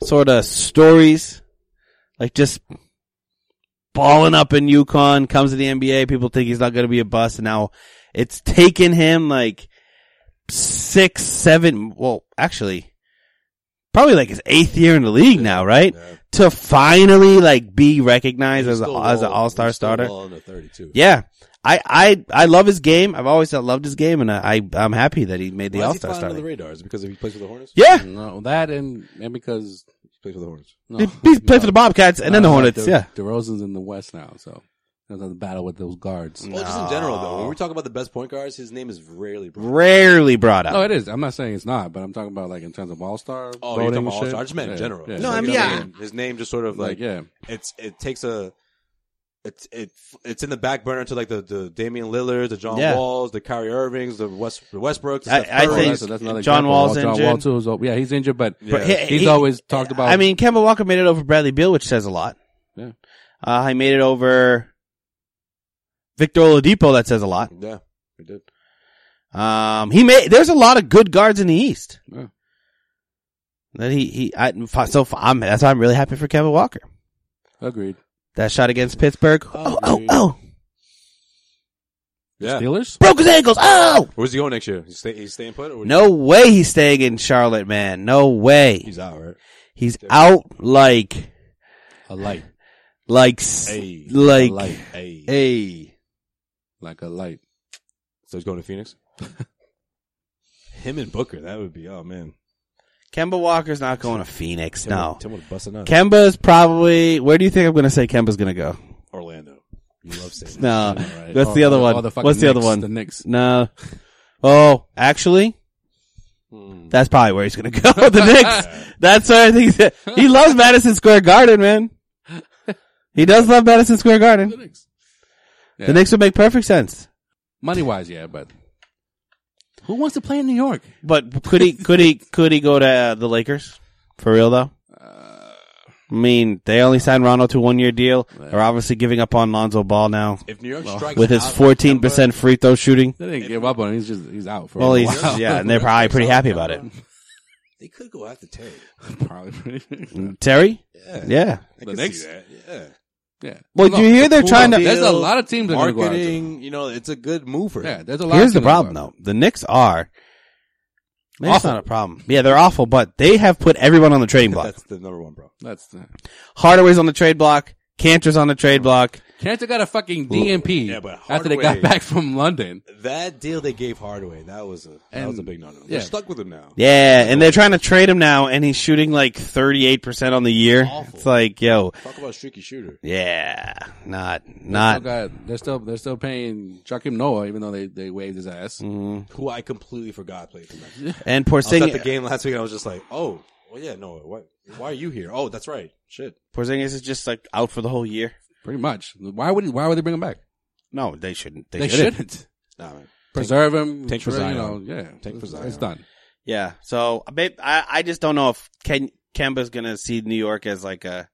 sort of stories. Like just balling up in UConn, comes to the NBA. People think he's not going to be a bust, and now it's taken him like six, seven. Well, actually, probably like his eighth year in the league now, right? Yeah. To finally like be recognized He's as a, still as an well- All Star he's still starter. well under 32. Yeah. I, I, I love his game. I've always loved his game, and I, I I'm happy that he made the Why is All he Star flying under the starting. radar? Is it because he plays for the Hornets? Yeah, No, that and and because He plays for the Hornets. no, he, he played for the Bobcats and then the Uh, Hornets. De- yeah, DeRozan's in the West now, so there's a battle with those guards. Well, just in general though, when we talk about the best point guards, his name is rarely. brought up. rarely brought up. No, it is. I'm not saying it's not, but I'm talking about like in terms of All Star. Oh, you're talking about All Star. I just meant in general. Yeah. It's No, like, I you mean, know what yeah. His name just sort of like like yeah, it's it takes a it's it it's in the back burner to like the the Damian Lillard, the John Yeah. Walls, the Kyrie Irvings, the West the Westbrooks. the I- Steph I Currys. think- that's, that's another John example. Wall's John Wall injured. too is, yeah, he's injured, but But he- he's he- always talked about. I mean, Kemba Walker made it over Bradley Beal, which says a lot. Yeah. Uh, he made it over Victor Oladipo, that says a lot. yeah, we did. Um, he made. There's a lot of good guards in the East. Yeah. That he he. I, so I'm that's why I'm really happy for Kemba Walker. agreed. That shot against Pittsburgh. Oh oh Agreed. oh! Yeah, Steelers. Broke his ankles. Oh. where's he going next year? He's, stay, he's staying put. Or No way he's staying in Charlotte, man. No way. he's out. Right? He's out like, A light, like, s- Hey, like, a light, Hey, hey. like a (laughs) light. so he's going to Phoenix. (laughs) Him and Booker, that would be oh man. Kemba Walker's not going to Phoenix. Tim No. would- Tim would bust it up. Kemba's probably, where do you think I'm going to say Kemba's going to go? Orlando. You love Saban. No. I know, right? What's Or- the other or- one? or the fucking What's the other Knicks, one? The Knicks. No. Oh, actually, that's probably where he's going to go. the (laughs) Knicks. That's where I think he's, he loves Madison Square Garden, man. He does love Madison Square The Garden. Knicks. The Knicks would make perfect sense. Money wise, yeah, but who wants to play in New York? But could (laughs) he? Could he? Could he go to uh, the Lakers? For real though. Uh, I mean, they only signed Rondo to a one year deal. They're obviously giving up on Lonzo Ball now If New York strikes with his out fourteen percent free throw shooting. They didn't give up on him. He's just he's out for Well, a he's while. yeah, and they're probably pretty happy about it. September, they could go after Terry. (laughs) probably pretty. Terry, Yeah. yeah. I The can Knicks? see that. Yeah. Yeah. Well, No, you hear they're Poole trying to. deal, There's a lot of teams that are gonna go after marketing. You know, it's a good move for Yeah, him. there's a lot. of Here's the teams that problem, are- though. The Knicks are. That's Awful. not a problem. Yeah, they're awful, but they have put everyone on the trading (laughs) block. That's the number one, bro. That's the, Hardaway's on the trade block. Cantor's on the trade block. Cantor got a fucking DMP Yeah, but after they Hardaway- got (laughs) back from London. That deal they gave Hardaway, that was a that was a big no no. They're yeah. stuck with him now. Yeah, and they're trying to trade him now, and he's shooting like 38% on the year. It's like, yo, Talk about a streaky shooter. yeah, not, Still not. got, they're still they're still paying Joakim Noah even though they, they waived his ass. Who I completely forgot played for Mexico. And I was at the Porzingis, game last week and I was just like, Oh, well yeah, no, what why are you here? Oh, that's right. Shit. (laughs) Porzingis is just like out for the whole year. Pretty much. Why would he, why would they bring him back? No, they shouldn't. They, They shouldn't. shouldn't. Nah man. Preserve him. Take for you Zion. know, yeah. Take for It's Zion. done. Yeah. So, babe, I, I just don't know if Ken, Kemba's going to see New York as like a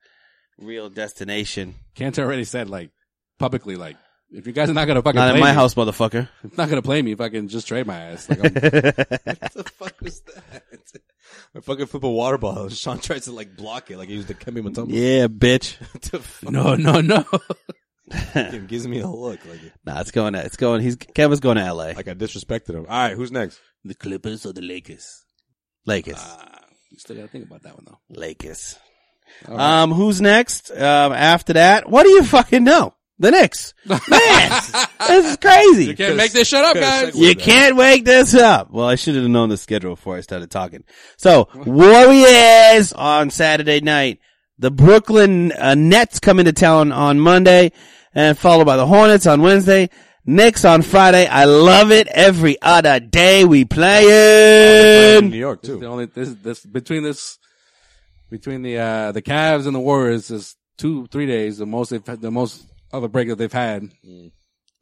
real destination. Cantor already said like publicly like if you guys are not gonna fucking Not play in my me, house, motherfucker. it's not gonna play me if I can just trade my ass. Like I'm, What the fuck was that? (laughs) I fucking flip a water bottle. (laughs) Sean tries to like block it like he was the Kemi Mutombo. yeah, bitch. (laughs) What the fuck? (laughs) no, no, no. He gives me a look like Nah, it's going. To, it's going. He's Kemba's going to L.A. like I disrespected him. All right, who's next? the Clippers or the Lakers. Ah. Lakers. You still gotta think about that one though. Lakers. Um, who's next? Um, after that, what do you fucking know? (laughs) The Knicks. Man, this is crazy. You can't make this shit up, guys. You can't wake this up. Well, I should have known the schedule before I started talking. So, Warriors on Saturday night. The Brooklyn uh, Nets come into town on Monday and followed by the Hornets on Wednesday. Knicks on Friday. I love it. Every other day we In New playing. York The too. only this this between this between the uh the Cavs and the Warriors is two three days the most they've had, the most of a break that they've had.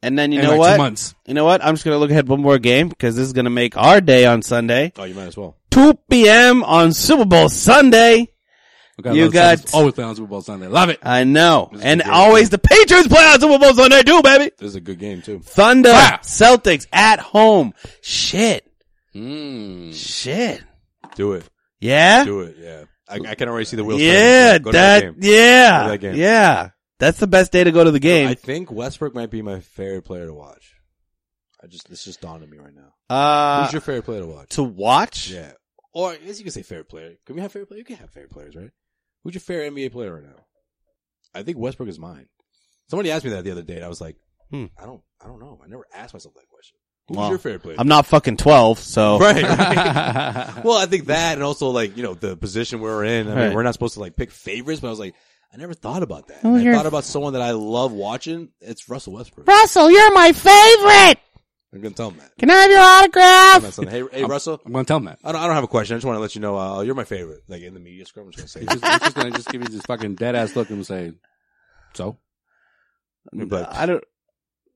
And then you in know like Two what? months. You know what? I'm just going to look ahead one more game because this is going to make our day on Sunday. Oh, you might as well. 2 p.m. on Super Bowl Sunday. We got You another got- Sunday- always play on Super Bowl Sunday. Love (laughs) it. I know. is a And good always the Patriots play on Super Bowl Sunday too, baby. This is a good game too. Thunder, Wow. Celtics at home. Shit. Hmm. Shit. Do it. Yeah. Do it. Yeah. I, I can already see the wheels. Yeah. turning. Go to That, game. yeah. Go to that game. Yeah. That's the best day to go to the I game. think Westbrook might be my favorite player to watch. I just it's just dawned on me right now. Uh, Who's your favorite player to watch? to watch? Yeah. Or I guess you can say favorite player. Can we have favorite player? You can have favorite players, right? Who's your favorite NBA player right now? I think Westbrook is mine. Somebody asked me that the other day and I was like, Hmm. I don't I don't know. I never asked myself that question. Who's Well, your favorite player? I'm not fucking 12, so. Right, (laughs) (laughs) right. well, I think that, and also like you know the position we're in. I mean, Right. we're not supposed to like pick favorites, but I was like, I never thought about that. Oh, And I you're- thought about someone that I love watching. It's Russell Westbrook. Russell, you're my favorite. I'm gonna tell him that. Can I have your Tell him that autograph? something. Hey, hey, Russell. I'm gonna tell him that. I don't, I don't have a question. I just want to let you know uh, you're my favorite. Like in the media scrum, I'm just gonna say. He's just, he's just gonna just give you this fucking dead ass look and say, "So, But I don't,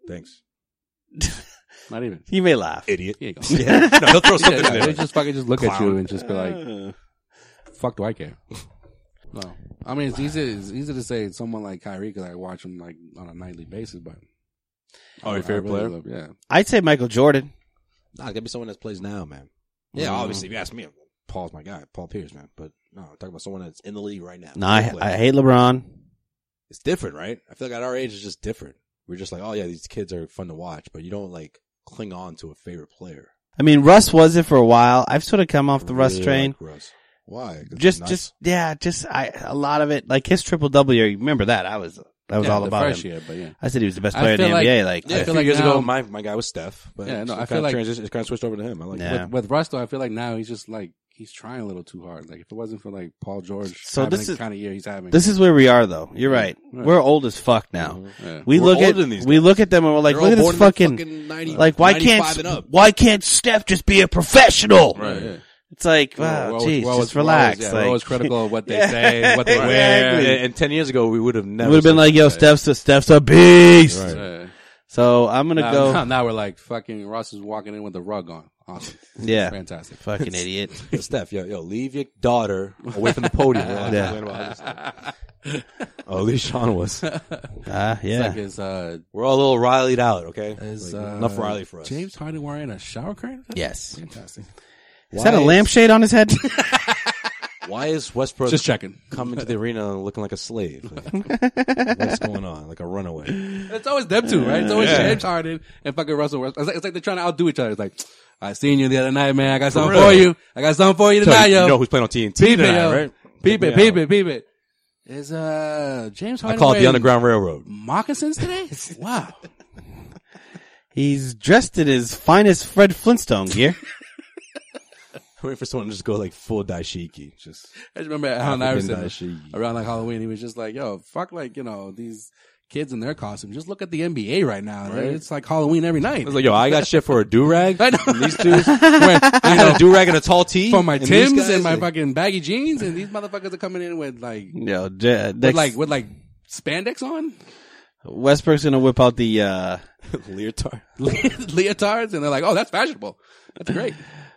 thanks, not even." you may laugh. idiot. (laughs) Here you go. (laughs) Yeah, no, he'll throw something Yeah, in they there. just fucking just look at Clown. Uh. you and just be like, "Fuck, do I care?" (laughs) No, I mean it's easy. It's easy to say someone like Kyrie because I watch him like on a nightly basis. But Oh, I your favorite really player? love- yeah, I'd say Michael Jordan. Nah, it's gotta be someone that plays now, man. Yeah, obviously, if you ask me, Paul's my guy, Paul Pierce, man. But no, I'm talking about someone that's in the league right now. No, I, Still plays. I hate LeBron. it's different, right? I feel like at our age, it's just different. We're just like, oh yeah, these kids are fun to watch, but you don't like cling on to a favorite player. I mean, Russ was it for a while. I've sort of come off the I Russ really train. like Russ. Why? 'Cause just, nice. just, yeah, just I a lot of it. Like his triple double year. You remember that? I was, that was Yeah, all the about first him. year, but yeah. I said he was the best I player in the feel like- NBA. Like, yeah. I A feel few like years now- ago, my my guy was Steph, but Yeah, no, it's I kind feel of like- transition, it's kind of switched over to him. I like Yeah. that. with Russ though, I feel like now he's just like he's trying a little too hard. Like if it wasn't for like Paul George, So having this the is- kind of year he's having. This is where we are, though. You're right. Right. Mm-hmm. We're old as fuck now. Yeah. We We're look at older than these we look at them and we're like, They're all look at this born in the fucking, fucking 90 like why can't 95 and up. why can't Steph just be a professional? yeah. It's like We're wow, always- jeez, we're always- just relax. We're always, yeah, we're like, always critical of (laughs) what they say, what they And, wear. and ten years ago, we would have never. it would have been said- like, yo, Steph's a Steph's a beast. Yeah. So I'm gonna Uh, Now, go. now, now we're like fucking Russ is walking in with the rug on. Awesome. Yeah, Fantastic. (laughs) fucking idiot. Steph, yo, yo, leave your daughter away from the (laughs) podium. We're like, Yeah. "Wait about this." oh, at least Sean was. Ah, yeah. Like his, uh, We're all a little Rileyed out, okay? his, Like, uh, enough Riley for us. James Harden wearing a shower curtain? yes. Fantastic. Is that a lampshade on his head? Why is Westbrook Just checking. coming to the arena looking like a slave? (laughs) Like, what's going on? Like a runaway. It's always them two, right? It's always James Harden and fucking Russell Westbrook. It's like, it's like they're trying to outdo each other. It's like, I seen you the other night, man. I got something real. for you. I got something for you tonight, you yo. know who's playing on TNT peep it, tonight, yo. right? Peep it, Yeah. peep it, peep it. Is uh James I Harden? call it the wearing Underground Railroad. moccasins (laughs) today. wow, He's dressed in his finest Fred Flintstone gear. I'm waiting for someone to just go like full daishiki. Just I just remember Allen African Iverson dashiki. around like Halloween. He was just like, "Yo, fuck, like you know these kids in their costumes. Just look at the NBA right now. It's like Halloween every night." I was like, yo, I got shit for a do rag. I know. These dudes, (laughs) I had a do rag and a tall tee (laughs) for my and these Tim's guys, and my like, fucking baggy jeans, and these motherfuckers are coming in with like (laughs) Yo, J- with next, like with like spandex on (laughs) Westbrook's gonna whip out the uh, leotard. leotards, and they're like, "Oh, that's fashionable. That's great."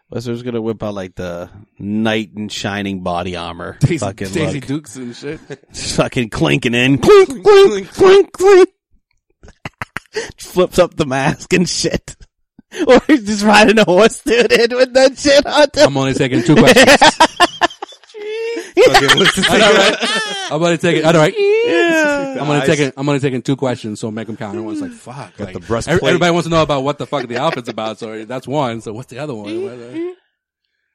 Westbrook's gonna whip out like the knight in shining body (laughs) armor. Daisy, fucking Daisy look. Dukes and shit. fucking clinking in. Clink, clink, clink, clink. (laughs) Flips up the mask and shit. (laughs) Or he's just riding a horse, dude, in with that shit on. (laughs) Them. (laughs) I'm only taking two questions. Fucking listen (laughs) to All right. I'm only taking. All right. Yeah. I'm gonna Nice. take it. I'm gonna take in two questions, so make them count. Everyone's like, "Fuck!" Like, the breastplate. every- Everybody wants to know about what the fuck the outfit's about. So that's one. So what's the other one? What- And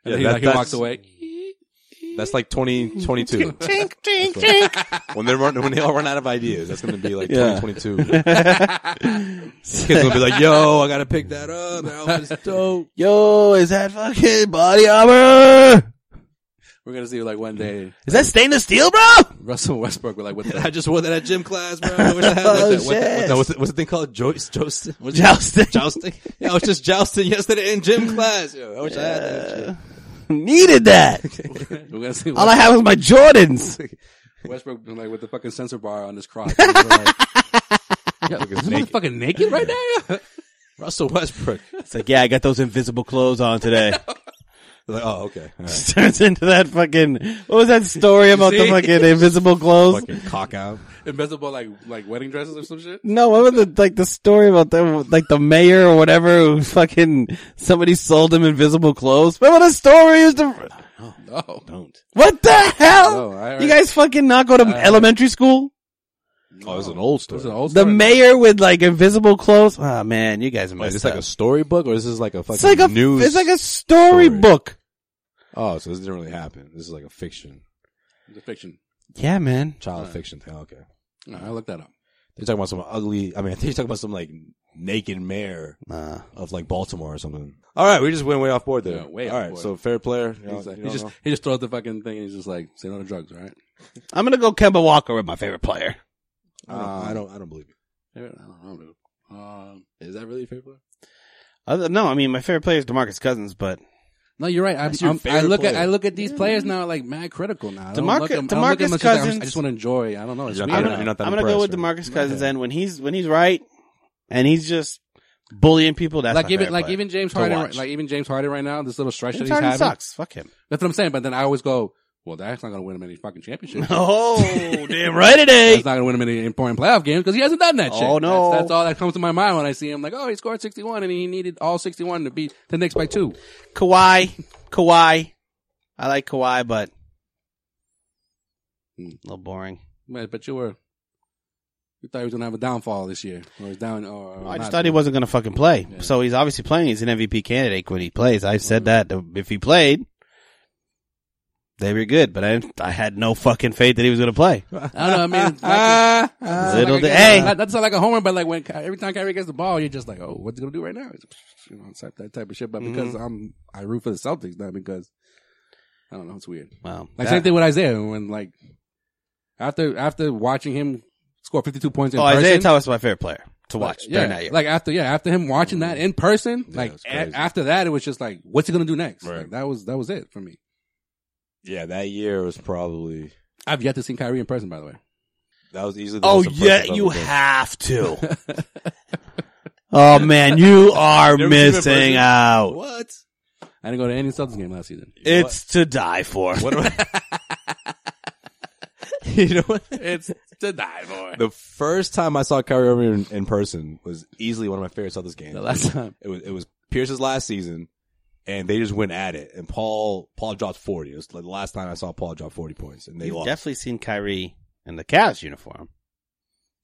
Yeah, he, that- like, he walks that's- away. That's like 2022. when they run, when they all run out of ideas, that's going to be like Yeah. 2022. Kids going to be like, yo, I got to pick that up. (laughs) That outfit's dope. Yo, is that fucking body armor? We're gonna see like one day Is that stainless steel, bro? (laughs) Russell Westbrook with like (laughs) with I the just wore that at gym class, bro. I wish I had Oh, that. What's, shit. that- what's, the, what's the thing called? Joyce, Jousting? What's it- (laughs) Jousting. Jousting? Yeah, I was just jousting yesterday in gym class. Yo, I wish I had that shit. (laughs) Needed that. (laughs) we're gonna see All I had was my Jordans. (laughs) Westbrook like with the fucking sensor bar on his crotch. And we're like, "Yo, is this motherfucker naked right (laughs) now? Russell Westbrook. (laughs) It's like, yeah, I got those invisible clothes (laughs) on today. Like, oh, okay. All right. (laughs) Turns into that fucking, what was that story about the see? fucking invisible clothes? Fucking cock out. Invisible like like wedding dresses or some shit. No, what was the like the story about the like the mayor or whatever who fucking somebody sold him invisible clothes? Remember the story? Is the No, Don't. what the hell? No, I- you guys fucking not go to elementary school? Oh, it's an old story. It's an old The story. mayor with like invisible clothes. Ah man, you guys are Wait, is messed this up. like a storybook or is this like a fucking it's like a news? it's like a storybook. oh, so this didn't really happen. This is like a fiction, It's a fiction. Yeah, man. child fiction thing. Okay. No, I looked that up. They're talking about some ugly, I mean, (laughs) I think you're talking about some like naked mayor Nah. of like Baltimore or something. All right. We just went way off board there. Yeah, way All off right. board. So fair player. You He's know, like, you he don't just know. he just throws the fucking thing. and He's just like, "Say no to drugs, all right?" I'm gonna go Kemba Walker with my favorite player. I don't, I don't, I don't believe it. I don't know, dude. Um, is that really a favorite player? Other, no, I mean my favorite player is Demarcus Cousins, but No, you're right. I'm, your I'm, I favorite look at player. I look at these players now like mad critical now. I don't DeMarcus- look at 'em- I don't look at 'em as just like, DeMarcus I'm just- Cousins- I just want to enjoy. I don't know. It's You're weird. not- I'm you're gonna, not that I'm gonna go with impressed, right? Demarcus Cousins, and when he's when he's right, and he's just bullying people. That's like my even favorite like player even James to Harden watch. like even James Harden right now. This little stretch James that he's Harden having. sucks. (laughs) Fuck him. That's what I'm saying. But then I always go, well, that's not gonna win him any fucking (laughs) championships. Oh, damn right it That's is. not gonna win him any important playoff games because he hasn't done that shit. Oh, no. that's, that's all that comes to my mind when I see him. Like, oh, he scored 61 and he needed all 61 to beat the Knicks by two. Kawhi, Kawhi. I like Kawhi, but Hmm. a little boring. Man, but you were. You thought he was gonna have a downfall this year, or was down, or, or I just not. thought he wasn't going to fucking play. So he's obviously playing. He's an MVP candidate when he plays. I said that if he played, they were good. But I, didn't- I had no fucking faith that he was going to play. I don't know. (laughs) I mean, it's not- it's not Little like did- a- hey. not- that's not like a homer, but like when Ky- every time Kyrie gets the ball, you're just like, oh, what's Mm-hmm. he gonna do right now? It's, you know, it's like that type of shit. But because I'm, I root for the Celtics now because I don't know. It's weird. Wow. Like That- same thing with Isaiah when like after after watching him score fifty two points in oh, person. Isaiah Thomas is my favorite player to like, watch yeah, during that year. like after yeah after him watching that in person, Yeah, like it's a- crazy. after that it was just like what's he gonna do next? Right. Like, that was that was it for me. Yeah, that year was probably I've yet to see Kyrie in person, by the way. that was easily. The oh most yeah, impressive I've you ever been. have to. oh man, you (laughs) Never seen are him in person. missing out. What? I didn't go to any Celtics game (laughs) last season. It's to die for. What am (laughs) I- you know what? It's to die for. the first time I saw Kyrie Irving in, in person was easily one of my favorite Celtics games. (laughs) The last time. It was it was Pierce's last season, and they just went at it. And Paul Paul dropped forty. It was like the last time I saw Paul drop forty points, and they (laughs) You've lost. definitely seen Kyrie in the Cavs uniform.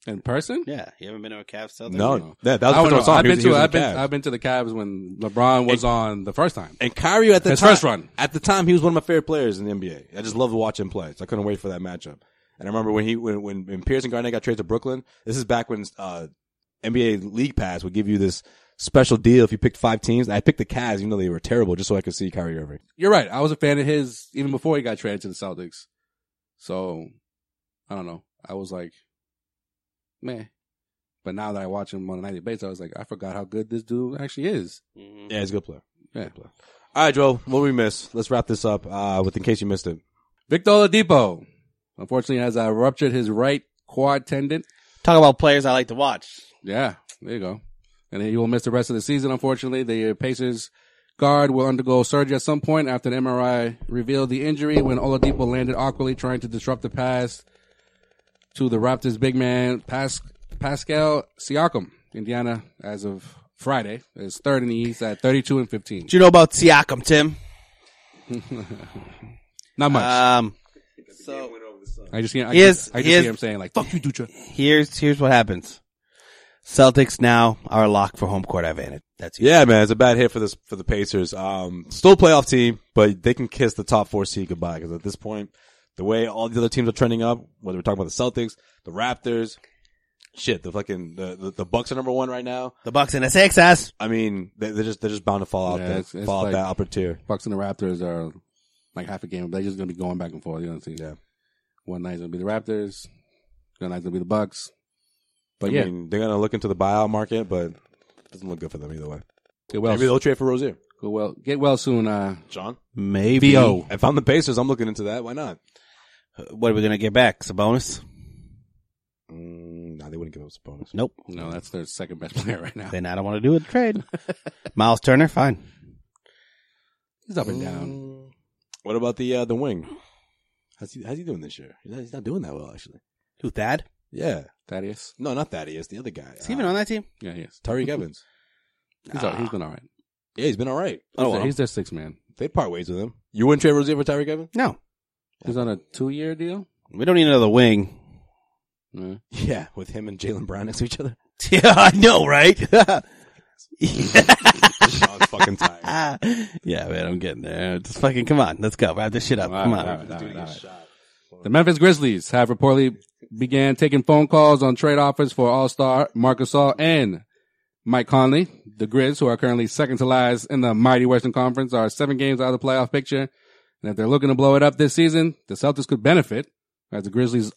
In person? Yeah, you haven't been to a Cavs Celtics? no, that, that was I the don't first time know. I saw him. I've He been was- he to was in I've the been Cavs. I've been to the Cavs when LeBron was on the first time. And Kyrie at the His time, first run. At the time, he was one of my favorite players in the NBA. I just loved watching him play. So I couldn't wait for that matchup. And I remember when he when when, when Pierce and Garnett got traded to Brooklyn. This is back when uh, NBA League Pass would give you this special deal if you picked five teams. And I picked the Cavs, even though they were terrible, just so I could see Kyrie Irving. You're right. I was a fan of his even before he got traded to the Celtics. So I don't know. I was like, man. But now that I watch him on a nightly basis, I was like, I forgot how good this dude actually is. Mm. Yeah, he's a good player. Yeah. Good player. All right, Joel. What we miss? Let's wrap this up. Uh, with in case you missed it, Victor Oladipo, unfortunately, has uh, ruptured his right quad tendon. Talk about players I like to watch. Yeah, there you go. And he will miss the rest of the season, unfortunately. The Pacers guard will undergo surgery at some point after an MRI revealed the injury when Oladipo landed awkwardly trying to disrupt the pass to the Raptors big man Pas- Pascal Siakam. Indiana, as of Friday, is third in the East at 32 and 15. Do you know about Siakam, Tim? Not much. Um, I just can't. I, he just, is- I he just hear is- him saying like, "Fuck you, Dutra." here's here's what happens. Celtics now are locked for home court advantage. That's you. yeah, man, it's a bad hit for this for the Pacers. Um, still playoff team, but they can kiss the top four seed goodbye because at this point, the way all the other teams are trending up, whether we're talking about the Celtics, the Raptors, shit, the fucking the the, the Bucks are number one right now. The Bucks in a six ass. I mean, they, they're just they're just bound to fall out Yeah, that it's- it's fall out like- that upper tier. Bucks and the Raptors are like half a game. They're just gonna be going back and forth. You know what I'm saying? Yeah. One night's gonna be the Raptors. The other night's gonna be the Bucks. But I yeah, mean, they're gonna look into the buyout market, but it doesn't look good for them either way. get well, Maybe they'll trade for Rozier. go well, get well soon. Uh, John, Maybe. Bo. if I'm the Pacers, I'm looking into that. Why not? What are we gonna get back? Sabonis? Mm, nah, they wouldn't give up Sabonis. Nope. no, that's their second best (laughs) player right now. Then I don't want to do (laughs) a trade. Miles Turner, fine. He's up and Mm. down. What about the uh, the wing? How's he how's he doing this year? He's not, he's not doing that well actually. Who Thad? Yeah, Thaddeus, no, not that. He is the other guy. Is he even on that team? yeah, he is. (laughs) Tariq Evans. (laughs) He's, all, he's been all right. Yeah, he's been all right. He's, Oh, their, well, he's their sixth man. they part ways with him. You wouldn't trade Rozier for Tyree Evans? No. He's on a two-year deal. We don't need another wing. (laughs) Yeah. (laughs) Yeah, with him and Jalen Brown next to (laughs) each other. yeah, I know, right? (laughs) Sean's fucking (laughs) tired. Ah. yeah, man, I'm getting there. Just fucking come on, let's go. Wrap this shit up. All right, come all on. right, all right, all right. The Memphis Grizzlies have reportedly began taking phone calls on trade offers for All Star Marcus All and Mike Conley. The Grizz, who are currently second to last in the mighty Western Conference, are seven games out of the playoff picture. And if they're looking to blow it up this season, the Celtics could benefit as the Grizzlies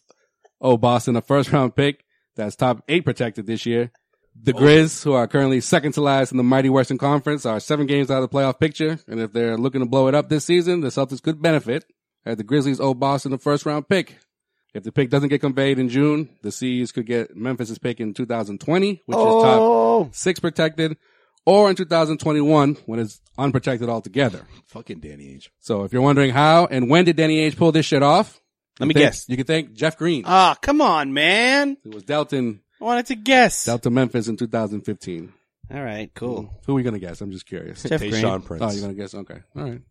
owe Boston a first round pick that's top eight protected this year. The Grizz, who are currently second to last in the mighty Western Conference, are seven games out of the playoff picture. And if they're looking to blow it up this season, the Celtics could benefit as the Grizzlies owe Boston the first round pick. If the pick doesn't get conveyed in June, the Seas could get Memphis's pick in 2020, which is Oh. top six protected, or in 2021 when it's unprotected altogether. Fucking Danny Ainge. So if you're wondering how and when did Danny Age pull this shit off, Let me thank- guess. You can thank Jeff Green, Uh, Ah, come on, man. who was dealt in I wanted to guess. dealt to Memphis in 2015. All right, cool. Who are we gonna guess? I'm (laughs) just curious. Jeff Green. Tayshawn Prince. Oh, you're gonna guess? Okay, all right.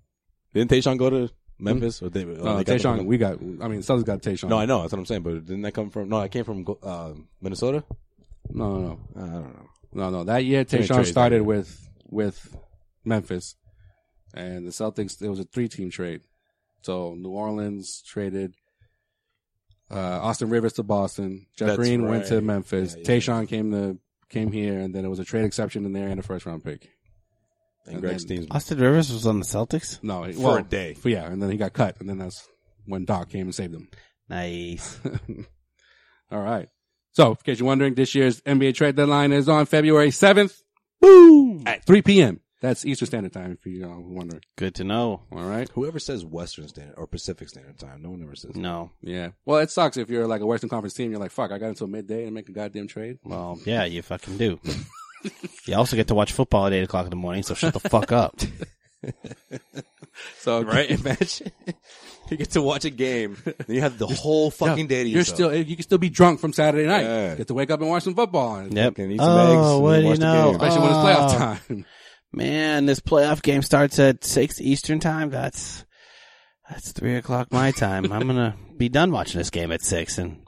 Didn't Tayshawn go to Memphis? Or they, or Uh, they got Tayshawn, the- we got. I mean, Celtics got Tayshawn. No, I know. That's what I'm saying. But didn't that come from? No, I came from uh, Minnesota. no, no, no. Uh, I don't know. No, no. That year, many Tayshawn trades that started year. with with Memphis, and the Celtics. It was a three team trade. So New Orleans traded uh, Austin Rivers to Boston. Jeff That's Green went to right. Memphis. Yeah, yeah. Tayshawn came to came here, and then it was a trade exception in there and a first round pick. and Greg then- Steensman Austin Rivers was on the Celtics. No, he- for well, a day. for- yeah, and then he got cut, and then that's when Doc came and saved him. Nice. (laughs) All right. So, in case you're wondering, this year's NBA trade deadline is on February 7th Boom. at 3 p.m. That's Eastern Standard Time, if you're uh, wondering. (laughs) Good to know. All right. Whoever says Western Standard or Pacific Standard Time, no one ever says. No. Yeah. Well, it sucks if you're like a Western Conference team. You're like, fuck, I got until midday to make a goddamn trade. Well, yeah, you fucking do. (laughs) you also get to watch football at eight o'clock in the morning, so shut the fuck up. (laughs) So, Right? Imagine you get to watch a game, and you have the whole fucking day to You're yourself. still, you can still be drunk from Saturday night. Yeah. Get to wake up and watch some football. And (laughs) Yep. Can eat some eggs Oh, and what do you watch the know? game. Especially when it's Oh, playoff time. (laughs) Man, this playoff game starts at six Eastern time. That's that's three o'clock my time. I'm (laughs) gonna be done watching this game at six and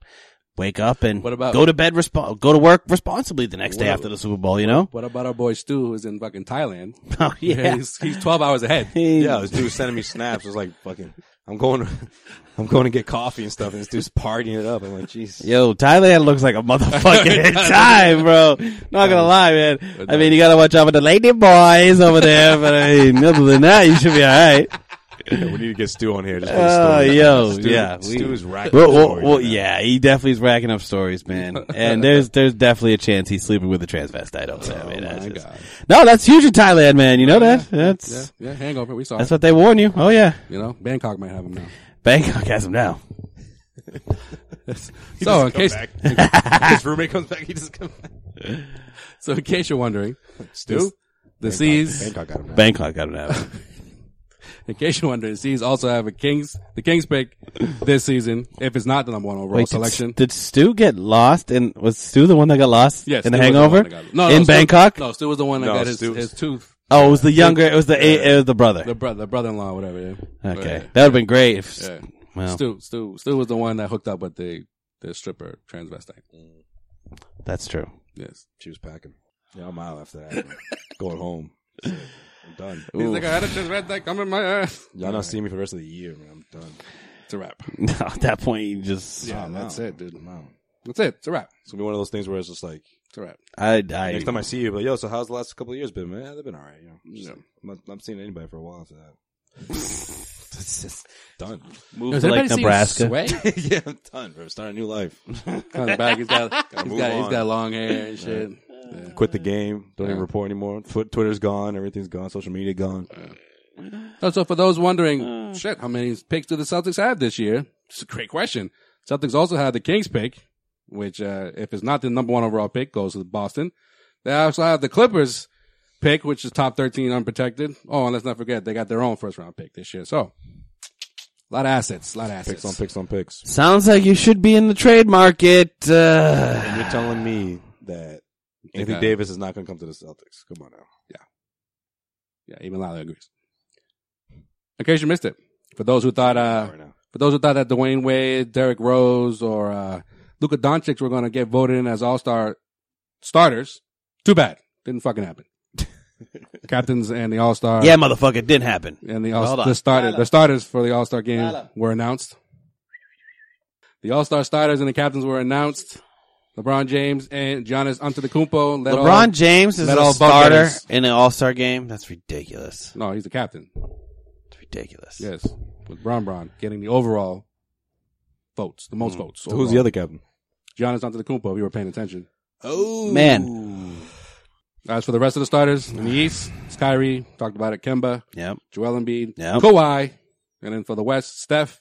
wake up and What about- go to bed respon go to work responsibly the next day after the Super Bowl. You know? what about our boy Stu, who's in fucking Thailand? (laughs) Oh yeah. he's, he's 12 hours ahead. (laughs) Yeah, this dude was sending me snaps. I was like, "Fucking, I'm going, (laughs) I'm going to get coffee and stuff." And this dude's partying it up. I'm like, "Jeez, Yo, Thailand (laughs) looks like a motherfucking time, bro. Not gonna lie, man. I mean, you gotta watch out for the lady boys over there, but I mean, (laughs) other than that, you should be all right. Yeah, we need to get Stu on here." Just for the Oh, story. yo, Stu, yeah, we- Stu is racking. Well, well, stories well, right now. yeah, he definitely is racking up stories, (laughs) man. And there's there's definitely a chance he's sleeping with a transvestite over Oh there. I mean, that's just- no, that's huge in Thailand, man. You know that? That's Yeah, yeah, hangover. We saw that's it. what they warn you. Oh yeah, you know, Bangkok might have him (laughs) now. Bangkok has him now. so, in case, (laughs) His roommate comes back. He just comes back. so in case you're (laughs) wondering, Stu, the Seas, Bangkok got him. Now. Bangkok got him now. (laughs) in case you're wondering, the Seas also have a Kings, the Kings pick this season. If it's not the number one overall Wait, did- selection, Did, Stu get lost? And was Stu the one that got lost? yes, in the Stu was Hangover. one that got- no, no, in Stu- Bangkok. No, Stu was the one that No, got his, Stu was- his tooth, Oh, it was the younger. It was the eight, it was the brother. the brother, brother-in-law, whatever. Yeah. okay, Yeah. that would have been great. If, Yeah. Well, Stu, Stu, Stu was the one that hooked up with the the stripper transvestite. that's true. (laughs) Yes, She was packing. Yeah, I'm out after that. going home. So, I'm done. he's like, I had a transvestite coming in my ass. Y'all not see me for the rest of the year, man. I'm done. It's a wrap. At that point, you just Yeah, I'm that's out. it, dude. I'm out. That's it. It's a wrap. It's gonna be one of those things where it's just like It's a wrap. I, I next time I see you, but yo, so how's the last couple of years been, man? Yeah, They've been all right. You know, Just, I'm not, not seeing anybody for a while (laughs) after that. it's just done. moved to like Nebraska. (laughs) yeah, I'm done, bro. Start a new life. Comes back. He's (laughs) got, he's move got, he's on. got long hair and shit. (laughs) Quit the game. Don't even Yeah. report anymore. Tw- Twitter's gone. Everything's gone. Social media gone. So, Oh, so for those wondering, shit, how many picks do the Celtics have this year? It's a great question. Celtics also have the Kings pick, which, uh, if it's not the number one overall pick, goes to Boston. They also have the Clippers pick, which is top 13 unprotected. Oh, and let's not forget, they got their own first round pick this year. So, a lot of assets, a lot of assets. Picks on picks on (sighs) picks. Sounds like you should be in the trade market. Uh, And you're telling me that Anthony got- Davis is not going to come to the Celtics. Come on now. Yeah, even Lila agrees. In case you missed it, for those who thought, uh, right now. For those who thought that Dwayne Wade, Derrick Rose, or uh, Luka Doncic were going to get voted in as All Star starters, too bad. Didn't fucking happen. Captains and the All Star, yeah, motherfucker, it didn't happen. and the Hold all on. the starter, the starters for the All Star game were announced. The All Star starters and the captains were announced. LeBron James and Giannis Antetokounmpo. led all- LeBron James is let a all starter buggers- in an All Star game. That's ridiculous. no, he's the captain. It's ridiculous. Yes, with Bron Bron getting the overall votes, the Hmm. most votes. So who's the other captain? Giannis Antetokounmpo. If you were paying attention. Oh Man. As for the rest of the starters in the East, it's Kyrie, talked about it, Kemba, Yep. Joel Embiid, Yep. Kawhi, and then for the West, Steph,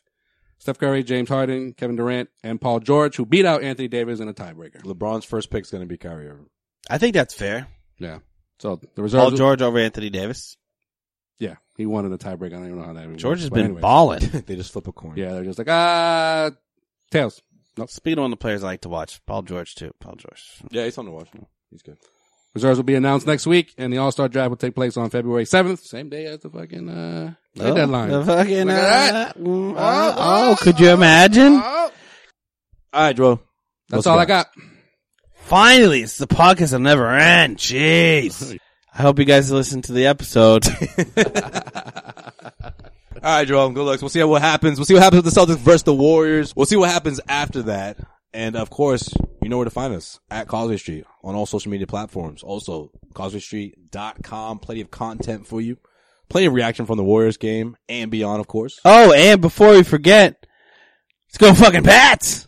Steph Curry, James Harden, Kevin Durant, and Paul George, who beat out Anthony Davis in a tiebreaker. LeBron's first pick is going to be Kyrie Irving. I think that's fair. Yeah. So the reserves. Paul George over Anthony Davis. Yeah, he won in the tiebreaker. I don't even know how that. George works, has but been anyway. (laughs) balling. (laughs) they just flip a coin. Yeah, they're just like ah, tails. Speed on the players I like to watch. Paul George too. Paul George. yeah, he's on the watch. He's good. Reserves will be announced next week, and the All Star Draft will take place on February seventh, same day as the fucking uh, Oh, trade deadline. The fucking, Look at uh, mm, uh, oh, could you imagine? All right, bro. That's all I got. Finally, it's the podcast that never end. (laughs) Jeez. I hope you guys listened to the episode. (laughs) All right, Joel. Good luck. We'll see what happens. We'll see what happens with the Celtics versus the Warriors. We'll see what happens after that. And of course, you know where to find us at Causeway Street on all social media platforms. Also, causewaystreet.com. Plenty of content for you. Plenty of reaction from the Warriors game and beyond, of course. Oh, and before we forget, let's go fucking Pats!